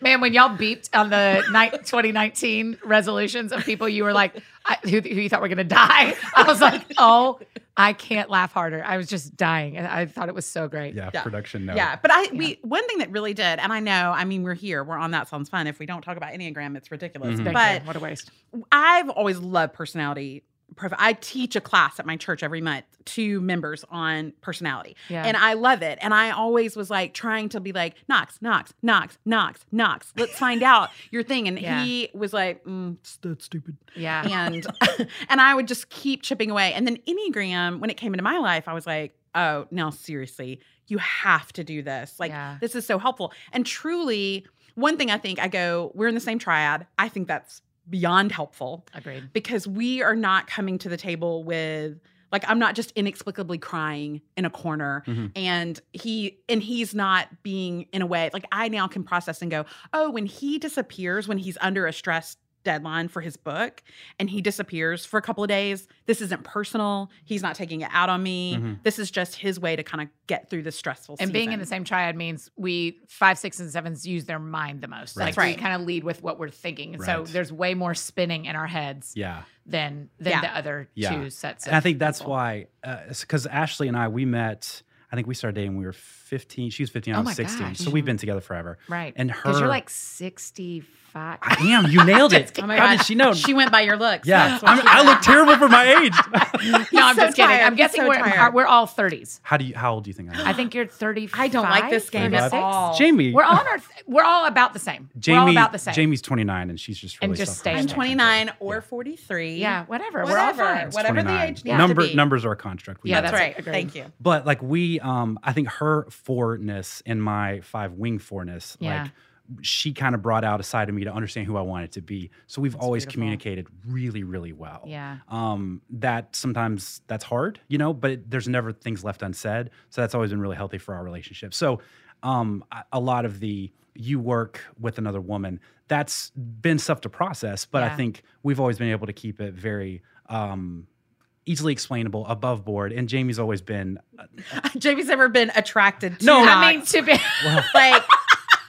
S1: Man, when y'all beeped on the night 2019 resolutions of people you were like, I, who, who you thought were going to die, [LAUGHS] I was like, oh, I can't laugh harder. I was just dying. And I thought it was so great.
S2: Yeah,
S3: Yeah.
S2: production. No.
S3: Yeah, but I we one thing that really did, and I know, I mean, we're here, we're on that sounds fun. If we don't talk about enneagram, it's ridiculous.
S2: Mhm.
S1: Thank
S3: But
S1: you. what a waste.
S3: I've always loved personality. profi- I teach a class at my church every month to members on personality,
S1: Yeah.
S3: and I love it. And I always was like trying to be like Knox, Knox, Knox, Knox, Knox.
S1: [LAUGHS]
S3: Let's find out your thing. And
S1: Yeah.
S3: he was like, mm, "It's that
S1: [LAUGHS]
S3: stupid."
S1: yeah.
S3: and [LAUGHS] and I would just keep chipping away. And then Enneagram, when it came into my life, I was like, oh, now seriously, you have to do this. Like
S1: Yeah.
S3: this is so helpful. And truly, one thing I think I go, we're in the same triad. I think that's beyond helpful
S1: Agreed.
S3: because we are not coming to the table with like I'm not just inexplicably crying in a corner
S2: Mhm.
S3: and he and he's not being in a way like I now can process and go, "Oh, when he disappears when he's under a stress deadline for his book and he disappears for a couple of days, this isn't personal. He's not taking it out on me.
S2: Mhm.
S3: This is just his way to kind of get through the stressful
S1: And being in
S3: season."
S1: the same triad means we five, six, and sevens use their mind the most.
S2: That's
S1: like we
S3: right.
S1: kind of lead with what we're thinking. And so
S2: Right.
S1: there's way more spinning in our heads
S2: Yeah.
S1: than than
S3: Yeah.
S1: the other
S2: Yeah.
S1: two sets.
S2: And I
S1: of
S2: think that's
S1: people.
S2: why, because Ashley and I, we met. I think we started dating. when We were 15. She was 15. I
S1: Oh
S2: was
S1: my
S2: 16.
S1: gosh.
S2: So we've been together forever.
S1: Right.
S2: And
S1: Because
S2: her
S1: you're like 65. fat.
S2: I am.
S1: [LAUGHS]
S2: You nailed it.
S3: Oh my
S2: How
S3: God.
S2: did she [LAUGHS] know?
S3: She went by your looks.
S2: yeah,
S3: That's what
S2: I'm,
S3: she
S2: I
S3: did.
S2: look terrible for my age. [LAUGHS]
S1: no, I'm
S3: so
S1: just kidding.
S3: tired.
S1: I'm
S3: He's
S1: guessing
S3: so
S1: we're
S3: tired.
S1: we're all 30s.
S2: How do you? How old do you think I am?
S1: I think you're 35.
S3: I don't like this game
S2: at
S1: 36?
S3: all.
S2: Jamie.
S1: We're all on our we're all about the same.
S2: Jamie.
S1: we're all about the same.
S2: Jamie's 29, and she's just
S1: And
S2: really
S1: just
S2: suffering
S1: stay
S3: I'm
S1: there.
S2: from
S3: 29 or
S2: Yeah.
S3: 43.
S1: Yeah, whatever. We're all
S3: Whatever.
S1: fine.
S2: It's
S3: whatever the
S2: 29.
S3: age needs to
S2: Number
S3: be.
S2: numbers are a construct. We
S1: Yeah,
S2: know
S3: That's
S2: that.
S3: right.
S1: Agreed.
S3: Thank you.
S2: But like we, um, I think her fourness and my five wing fourness,
S1: Yeah.
S2: like she kind of brought out a side of me to understand who I wanted to be. So we've
S1: That's
S2: always
S1: beautiful.
S2: communicated really, really well.
S1: Yeah.
S2: Um, that sometimes that's hard, you know, but it- there's never things left unsaid. So that's always been really healthy for our relationship. So, um, I- a lot of the you work with another woman that's been stuff to process, but
S1: Yeah.
S2: I think we've always been able to keep it very, um, easily explainable, above board. And Jamie's always been
S3: [LAUGHS] Jamie's ever been attracted to
S2: No,
S1: I
S3: I
S1: mean to [LAUGHS] be
S2: well, [LAUGHS]
S3: like
S2: goes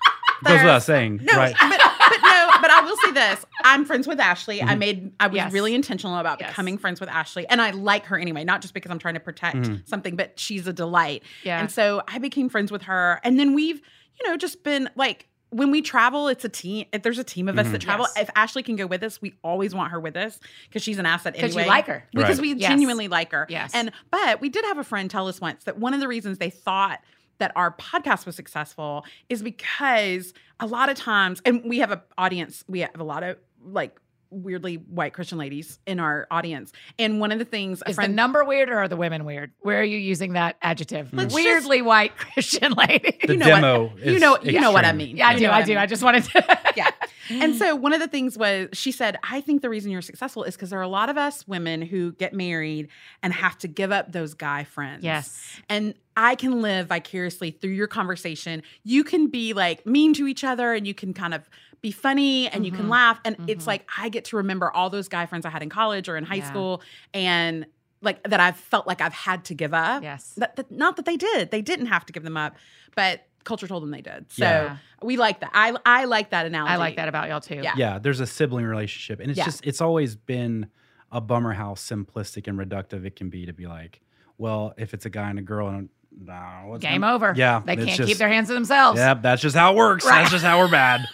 S2: without
S3: there's-
S2: saying,
S3: No, [LAUGHS]
S2: right?
S3: but, but no, but I will say this. I'm friends with Ashley. I
S2: Mhm.
S3: made I was
S1: Yes.
S3: really intentional about
S1: Yes.
S3: becoming friends with Ashley. And I like her anyway, not just because I'm trying to protect
S2: Mhm.
S3: something, but she's a delight.
S1: Yeah.
S3: And so I became friends with her. And then we've, you know, just been like when we travel, it's a team. If there's a team of us
S2: Mhm.
S3: that travel,
S1: Yes.
S3: if Ashley can go with us, we always want her with us because she's an asset anyway.
S1: because you like her.
S2: Right.
S3: because we
S1: Yes.
S3: genuinely like her.
S1: Yes.
S3: And but we did have a friend tell us once that one of the reasons they thought that our podcast was successful is because a lot of times, and we have an audience, we have a lot of like weirdly white Christian ladies in our audience. And one of the things a
S1: Is the
S3: friend
S1: number weird or are the women weird? Where are you using that adjective?
S2: Let's
S1: Weirdly white [LAUGHS] Christian lady.
S2: The
S3: know what-
S2: demo is
S3: you know you know what I
S2: extreme.
S3: mean.
S1: yeah, I
S3: You
S1: do.
S3: know
S1: I
S3: what
S1: do.
S3: mean.
S1: I just wanted to.
S3: Yeah. And
S1: Mm.
S3: so one of the things was she said, I think the reason you're successful is because there are a lot of us women who get married and have to give up those guy
S1: [LAUGHS] [LAUGHS]
S3: friends.
S1: yes.
S3: And I can live vicariously through your conversation. You can be like mean to each other and you can kind of be funny and you
S1: Mhm.
S3: can laugh. And
S1: Mhm.
S3: it's like I get to remember all those guy friends I had in college or in high
S1: Yeah.
S3: school and like that I've felt like I've had to give up.
S1: Yes.
S3: That, that- not that they did, they didn't have to give them up, but culture told them they did. So
S2: Yeah.
S3: we like that. I, I like that analogy.
S1: I like that about y'all too.
S3: Yeah.
S2: Yeah, there's a sibling relationship, and it's
S3: Yeah.
S2: just it's always been a bummer how simplistic and reductive it can be to be like, well, if it's a guy and a girl, and nah, what's
S1: Game
S2: gonna-
S1: over.
S2: Yeah,
S1: They
S2: it's
S1: can't
S2: just-
S1: keep their hands to themselves. [LAUGHS]
S2: Yep, that's just how it works.
S1: Right.
S2: That's just how we're
S1: [LAUGHS]
S2: bad.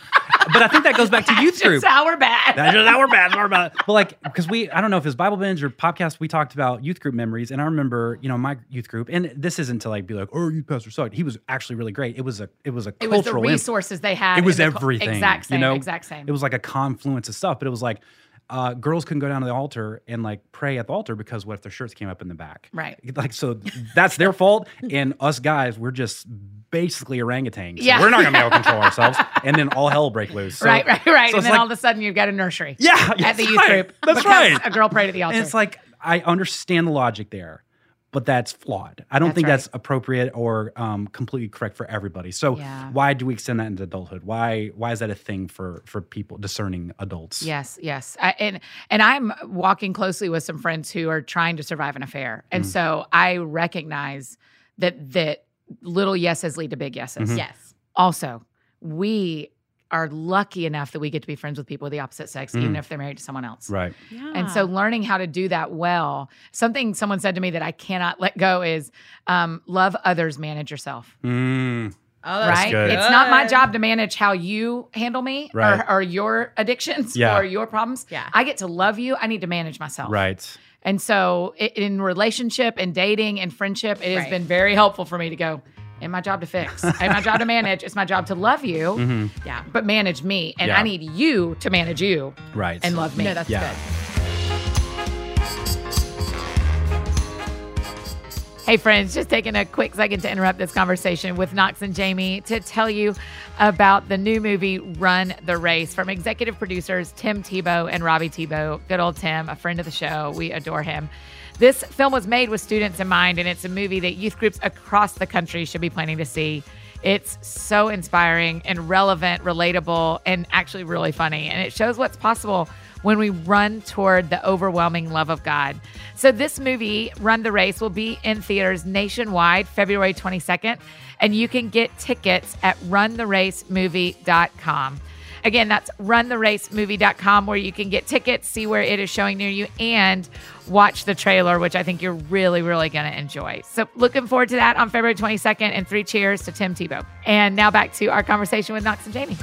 S2: but I think that goes back to youth
S1: That's
S2: group.
S1: just how we're bad.
S2: That's just how we're bad. We're bad. But like, because we, I don't know if it's Bible binge or podcast, we talked about youth group memories, and I remember, you know, my youth group, and this isn't to like be like, oh, youth pastor sucked. He was actually really great. It was a, it was a
S1: it was the
S2: cultural impact.
S1: resources they had.
S2: It was
S1: in the cul-
S2: everything,
S1: Exact
S2: you
S1: same.
S2: know?
S1: Exact same.
S2: it was like a confluence of stuff but it was like uh, girls couldn't go down to the altar and like pray at the altar because what if their shirts came up in the back
S1: right.
S2: [LAUGHS] like so that's their fault and us guys we're just basically orangutans
S1: Yeah.
S2: yeah. we're not gonna be able to control ourselves and then all hell break loose
S1: [LAUGHS]
S2: So-
S1: right. Right. Right. and
S2: so it's
S1: then
S2: like-
S1: all of a sudden you've got a nursery
S2: yeah [LAUGHS]
S1: at
S2: that's
S1: the youth
S2: right.
S1: group.
S2: that's
S1: because
S2: right
S1: A girl prayed at the altar.
S2: and it's like i understand the logic there but that's flawed i don't
S1: That's
S2: think
S1: right.
S2: that's appropriate or um, completely correct for everybody so
S1: Yeah.
S2: why do we extend that into adulthood why why is that a thing for for people discerning adults
S1: Yes, yes. I, and and I'm walking closely with some friends who are trying to survive an affair. And
S2: Mhm.
S1: so I recognize that that little yeses lead to big yeses.
S2: Mhm.
S3: Yes.
S1: Also, we are lucky enough that we get to be friends with people of the opposite sex even
S2: Mhm.
S1: if they're married to someone else.
S2: right
S3: Yeah.
S1: And so learning how to do that well, something someone said to me that I cannot let go is um, love others, manage yourself
S2: Mm.
S3: oh, that's
S1: right?
S2: good.
S1: It's not my job to manage how you handle me
S2: Right.
S1: or, or your addictions
S2: Yeah.
S1: or your problems.
S3: Yeah.
S1: I get to love you. I need to manage myself.
S2: Right.
S1: And so, i- in relationship and dating and friendship, it has
S3: Right.
S1: been very helpful for me to go. Ain't my job to fix. Ain't my job to manage. It's my job to love you,
S2: [LAUGHS] hmm
S3: Yeah.
S1: but manage me, and
S2: Yeah.
S1: I need you to manage you
S2: Right.
S1: and love me.
S3: No, that's
S2: Yeah.
S3: good.
S1: Hey, friends, just taking a quick second to interrupt this conversation with Knox and Jamie to tell you about the new movie, Run the Race, from executive producers Tim Tebow and Robbie Tebow. Good old Tim, a friend of the show. We adore him. This film was made with students in mind, and it's a movie that youth groups across the country should be planning to see. It's so inspiring and relevant, relatable, and actually really funny. And it shows what's possible when we run toward the overwhelming love of God. So, this movie, Run the Race, will be in theaters nationwide February 22nd, and you can get tickets at runtheracemovie.com. Again, that's runtheracemovie.com where you can get tickets, see where it is showing near you, and watch the trailer, which I think you're really, really going to enjoy. So, looking forward to that on February 22nd, and three cheers to Tim Tebow. And now back to our conversation with Knox and Jamie.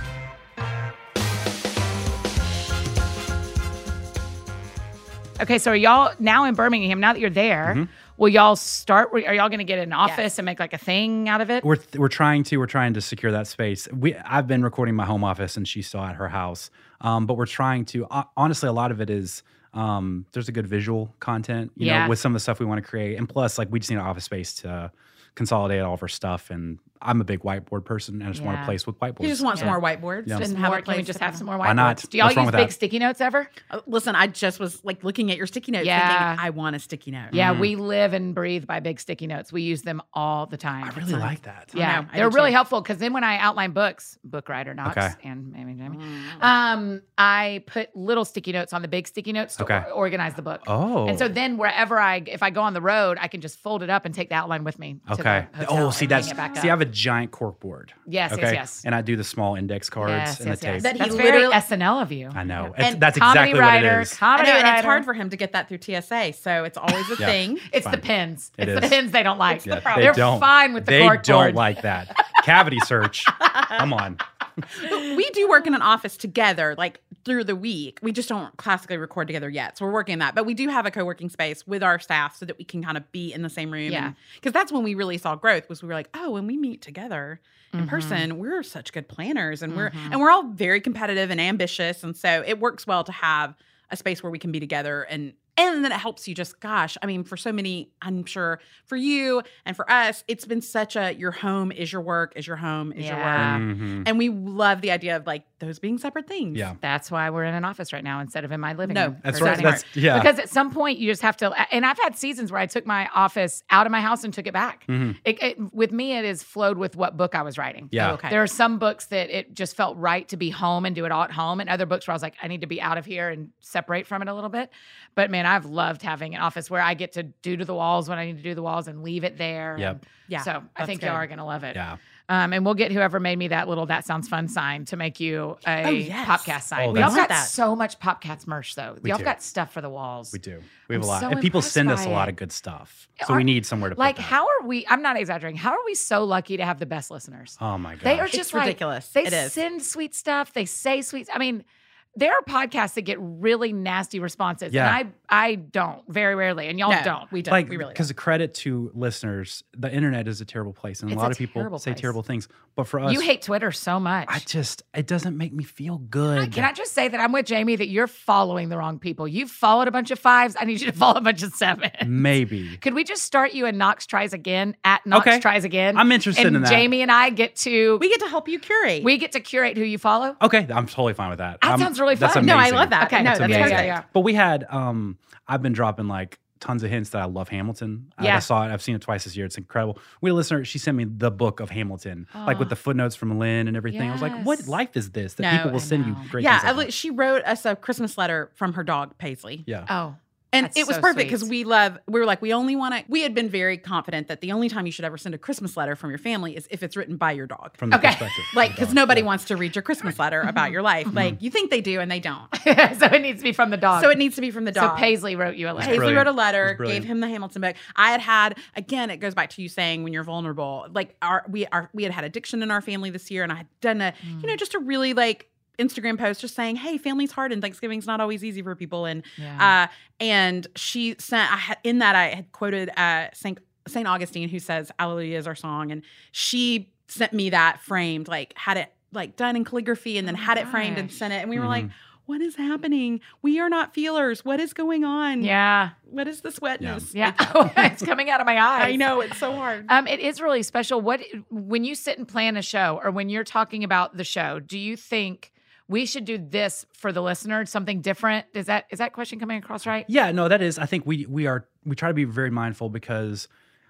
S1: Okay, so are y'all now in Birmingham? Now that you're there,
S2: Mhm.
S1: will y'all start? Are y'all going to get an office and make like a thing out of it?
S2: We're th- we're trying to we're trying to secure that space. We I've been recording my home office and she's still at her house. Um, but we're trying to ho- honestly a lot of it is um, there's a good visual content you
S1: Yeah.
S2: know with some of the stuff we want to create and plus like we just need an office space to consolidate all of our stuff and I'm a big whiteboard person and I just want
S1: Yeah.
S2: a place with whiteboards.
S3: He just wants
S1: Yeah.
S3: more whiteboards
S2: Yeah.
S3: and
S1: Some
S3: have
S1: more-
S3: a
S1: can we
S3: place
S1: just
S3: to
S1: have
S3: put
S1: some
S3: them.
S1: more whiteboards?
S2: Why not?
S1: Do y'all
S2: What's wrong
S1: use
S2: with
S1: big
S2: that?
S1: sticky notes ever?
S3: Uh, Listen, I just was like looking at your sticky notes.
S1: Yeah.
S3: thinking, I want a sticky note.
S1: Yeah,
S2: Mhm.
S1: we live and breathe by big sticky notes. We use them all the time.
S2: I really like that.
S1: Yeah,
S3: know. I
S1: they're
S3: do
S1: really
S3: too.
S1: helpful because then when I outline books, book writer Knox
S2: Okay.
S1: and Mamie and Jamie,
S3: Mm.
S1: um, I put little sticky notes on the big sticky notes to
S2: Okay.
S1: or- organize the book.
S2: Oh.
S1: And so then wherever I, if I go on the road, I can just fold it up and take the outline with me. To
S2: Okay.
S1: The hotel
S2: Oh, see
S1: and hang
S2: that's
S1: it back
S2: see I
S1: up.
S2: have a giant cork board.
S1: yes,
S2: okay.
S1: yes, yes.
S2: And I do the small index cards
S1: yes,
S2: and
S1: yes,
S2: the
S1: yes.
S2: tape.
S3: That he
S1: That's very
S3: literally-
S1: SNL of you.
S2: I know.
S1: Yeah.
S2: It's, that's
S1: comedy
S2: exactly
S1: writer,
S2: what it is.
S3: I
S1: comedy
S3: know, and
S1: writer.
S3: it's hard for him to get that through TSA, so it's always a
S2: Yeah.
S3: thing.
S1: It's the
S2: Fine.
S1: pins.
S2: It
S1: it's the
S2: is.
S1: pins they don't like.
S2: Yeah,
S3: problem.
S2: They
S1: They're
S2: don't,
S1: fine with the
S2: They
S1: cork
S2: don't
S1: board.
S2: like that. Cavity search.
S1: [LAUGHS]
S2: Come on.
S3: But we do work in an office together, like through the week. We just don't classically record together yet, so we're working on that. But we do have a co-working space with our staff so that we can kind of be in the same room.
S1: Yeah.
S3: because that's when we really saw growth. Was we were like, oh, when we meet together in
S1: Mhm.
S3: person, we're such good planners, and we're
S1: Mhm.
S3: and we're all very competitive and ambitious, and so it works well to have a space where we can be together and. And then it helps you just, gosh, I mean, for so many, I'm sure for you and for us, it's been such a your home is your work, is your home, is your work.
S1: Yeah.
S2: Mhm.
S3: And we love the idea of like those being separate things.
S2: Yeah.
S1: That's why we're in an office right now instead of in my living
S3: No,
S1: room.
S2: That's
S1: or
S2: right.
S1: dining
S2: That's yeah.
S1: Because at some point you just have to, and I've had seasons where I took my office out of my house and took it back.
S2: Mhm.
S1: It, it, with me, it is flowed with what book I was writing.
S2: Yeah.
S3: Oh, okay.
S1: There are some books that it just felt right to be home and do it all at home, and other books where I was like, I need to be out of here and separate from it a little bit. But man, I've loved having an office where I get to do to the walls when I need to do the walls and leave it there.
S2: Yep.
S1: And
S3: Yeah,
S1: So I
S3: that's
S1: think y'all
S3: good.
S1: are gonna love it.
S2: yeah.
S1: Um, and we'll get whoever made me that little that sounds fun sign to make you a
S3: Oh, yes.
S1: Popcast sign.
S2: Oh,
S1: y'all
S2: that's-
S1: got
S3: that.
S1: so much Popcats merch though.
S2: We
S1: y'all
S2: do.
S1: got stuff for the walls.
S2: We do. We
S1: I'm
S2: have a lot.
S1: so
S2: and people
S1: impressed
S2: send us
S1: by
S2: a lot
S1: it.
S2: of good stuff. So
S1: Are-
S2: we need somewhere to put
S1: Like,
S2: that.
S1: how are we? I'm not exaggerating. How are we so lucky to have the best listeners?
S2: Oh my gosh.
S1: They are
S3: It's
S1: just like-
S3: ridiculous.
S1: They
S3: it is.
S1: send sweet stuff. They say sweet. I mean, there are podcasts that get really nasty responses,
S2: Yeah.
S1: and I I don't very rarely, and y'all
S3: No,
S1: don't.
S3: We don't.
S2: like
S3: we really
S2: because the credit to listeners, the internet is a terrible place, and
S1: It's
S2: a
S1: a
S2: lot of people
S1: terrible
S2: say
S1: place.
S2: terrible things. But for us,
S1: You hate Twitter so much.
S2: I just it doesn't make me feel good.
S1: Can I just say that I'm with Jamie? That you're following the wrong people. You've followed a bunch of fives. I need you to [LAUGHS] follow a bunch of sevens.
S2: Maybe
S1: Could we just start you and Knox tries again at Knox
S2: Okay.
S1: tries again?
S2: I'm interested
S1: and
S2: in that.
S1: Jamie and I get to
S3: don't. We get to help you curate.
S1: we get to curate who you follow.
S2: Okay, I'm totally fine with that.
S1: That
S2: I'm-
S1: sounds really
S2: Oh, um, that's
S1: fun.
S3: no, I
S2: amazing.
S3: love that.
S1: Okay.
S3: no,
S1: That's
S3: that's
S2: amazing.
S3: perfect.
S1: Yeah, yeah.
S2: But we had um I've been dropping like tons of hints that I love Hamilton. I-
S1: Yeah.
S2: I saw it, I've seen it twice this year. It's incredible. We had a listener, she sent me the book of Hamilton, like
S1: Oh.
S2: with the footnotes from Lynn and everything. I was like, what
S1: Yes.
S2: life is this that
S3: No,
S2: people will
S1: I
S2: send you
S1: know.
S2: great
S3: Yeah,
S2: things
S3: I
S2: like
S3: li-
S2: that?
S3: she wrote us a Christmas letter from her dog Paisley,
S2: Yeah.
S1: Oh, [LAUGHS]
S3: and
S1: That's
S3: it was
S1: so
S3: perfect because
S1: sweet.
S3: we love. We were like, we only want to. We had been very confident that the only time you should ever send a Christmas letter from your family is if it's written by your dog.
S2: From the
S1: Okay.
S2: perspective. of
S3: like,
S2: the
S3: because
S2: dog.
S3: nobody
S2: Yeah. Mm-hmm.
S3: wants to read your Christmas letter
S1: [LAUGHS]
S3: about your life. Like, you think they do, and they don't.
S1: so it needs to be from the dog.
S3: So it needs to be from the
S1: So
S3: dog.
S1: Paisley wrote you a letter.
S2: That's
S3: Paisley
S2: brilliant.
S3: wrote
S2: That's
S3: a letter,
S2: brilliant.
S3: gave him the Hamilton book. I had had again. It goes back to you saying when you're vulnerable. Like our we are we had had addiction in our family this year, and I had done a
S1: Mm,
S3: you know just a really like Instagram post just saying, "Hey, family's hard, and Thanksgiving's not always easy for people." And
S1: Yeah.
S3: uh, and she sent I had, in that I had quoted uh, Saint Saint Augustine who says "Alleluia" is our song, and she sent me that framed, like had it like done in calligraphy, and then
S1: Oh my
S3: had it framed and
S1: gosh.
S3: sent it, and we were like. What is happening? We are not feelers. What is going on?
S1: yeah.
S3: What is this wetness? [LAUGHS]
S1: Yeah. [LAUGHS] Oh,
S3: Like,
S1: it's coming out of my eyes.
S3: I know it's so hard.
S1: Um, it is really special. What when you sit and plan a show, or when you're talking about the show, do you think we should do this for the listener? Something different? Is that is that question coming across right?
S2: Yeah, no, that is. I think we we are we try to be very mindful because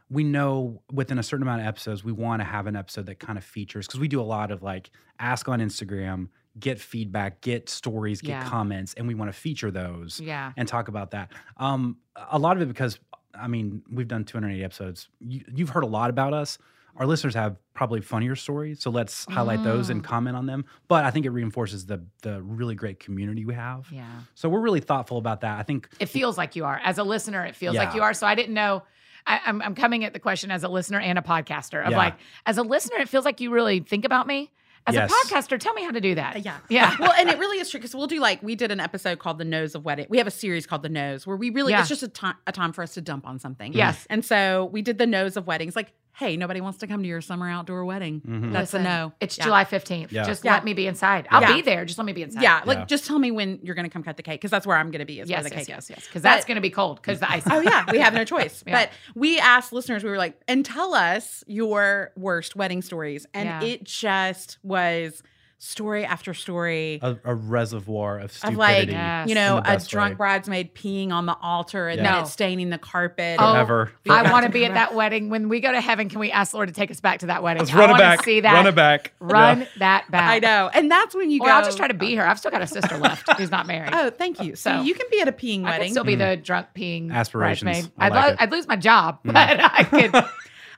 S2: we know within a certain amount of episodes we want to have an episode that kind of features because we do a lot of like ask on Instagram, get feedback, get stories, get
S1: Yeah.
S2: comments, and we want to feature those
S1: Yeah.
S2: and talk about that. Um, a lot of it because I mean we've done 280 episodes. You, you've heard a lot about us. Our listeners have probably funnier stories, so let's highlight those
S1: Mm-hmm.
S2: and comment on them. But I think it reinforces the the really great community we have.
S1: Yeah.
S2: So we're really thoughtful about that. I think
S1: It feels like you are. As a listener, it feels like
S2: Yeah.
S1: you are. So I didn't know. I, I'm, I'm coming at the question as a listener and a podcaster of
S2: Yeah.
S1: like, as a listener, it feels like you really think about me. As
S2: Yes.
S1: a podcaster, tell me how to do that.
S3: Yeah.
S1: [LAUGHS] Yeah.
S3: Well, and it really is true because we'll do like we did an episode called "The Nose of Wedding." We have a series called "The Nose" where we really
S1: Yeah.
S3: it's just a time a time for us to dump on something.
S1: Yes.
S3: And so we did the nose of weddings. Like, hey, nobody wants to come to your summer outdoor wedding.
S2: Mhm.
S3: That's a
S1: Listen,
S3: no.
S1: It's
S3: Yeah.
S1: July 15th.
S2: Yeah.
S1: Just
S3: Yeah.
S1: let me be inside. I'll
S3: Yeah.
S1: be there. Just let me be inside.
S3: Yeah. Like,
S2: Yeah.
S3: just tell me when you're going to come cut the cake because that's where I'm going to be. Is
S1: Yes,
S3: where the
S1: yes,
S3: cake
S1: yes,
S3: is.
S1: yes. Because
S3: But-
S1: that's going to be cold because the ice.
S3: [LAUGHS] Oh yeah, we have no choice.
S1: [LAUGHS] Yeah.
S3: But we asked listeners, we were like, and tell us your worst wedding stories. And
S1: Yeah.
S3: it just was story after story.
S2: A, a reservoir of
S3: Of
S2: stupidity.
S3: like,
S1: Yes.
S3: you know,
S2: in the
S3: a
S2: best
S3: drunk
S2: way.
S3: bridesmaid peeing on the altar and
S2: Yeah.
S3: then
S1: No.
S3: it staining the carpet.
S1: Oh,
S2: Forever.
S1: I want to be at
S3: [LAUGHS]
S1: that wedding. When we go to heaven, can we ask the Lord to take us back to that wedding?
S2: Let's
S1: I
S2: run it
S1: wanna
S2: back.
S1: See that.
S2: Run it back.
S1: Run
S2: Yeah.
S1: that back.
S3: I know. And that's when you
S1: Or
S3: go.
S1: I'll just try to be here. I've still got a
S3: [LAUGHS]
S1: sister left who's not married.
S3: Oh, thank you. So,
S1: So-
S3: you can be at a peeing
S1: I could
S3: wedding.
S1: still be the drunk peeing
S2: Mm. Aspirations.
S1: bridesmaid.
S2: I
S1: I'd,
S2: like
S1: lo-
S2: it. Mm.
S1: I'd lose my job, but I
S3: [LAUGHS]
S1: could.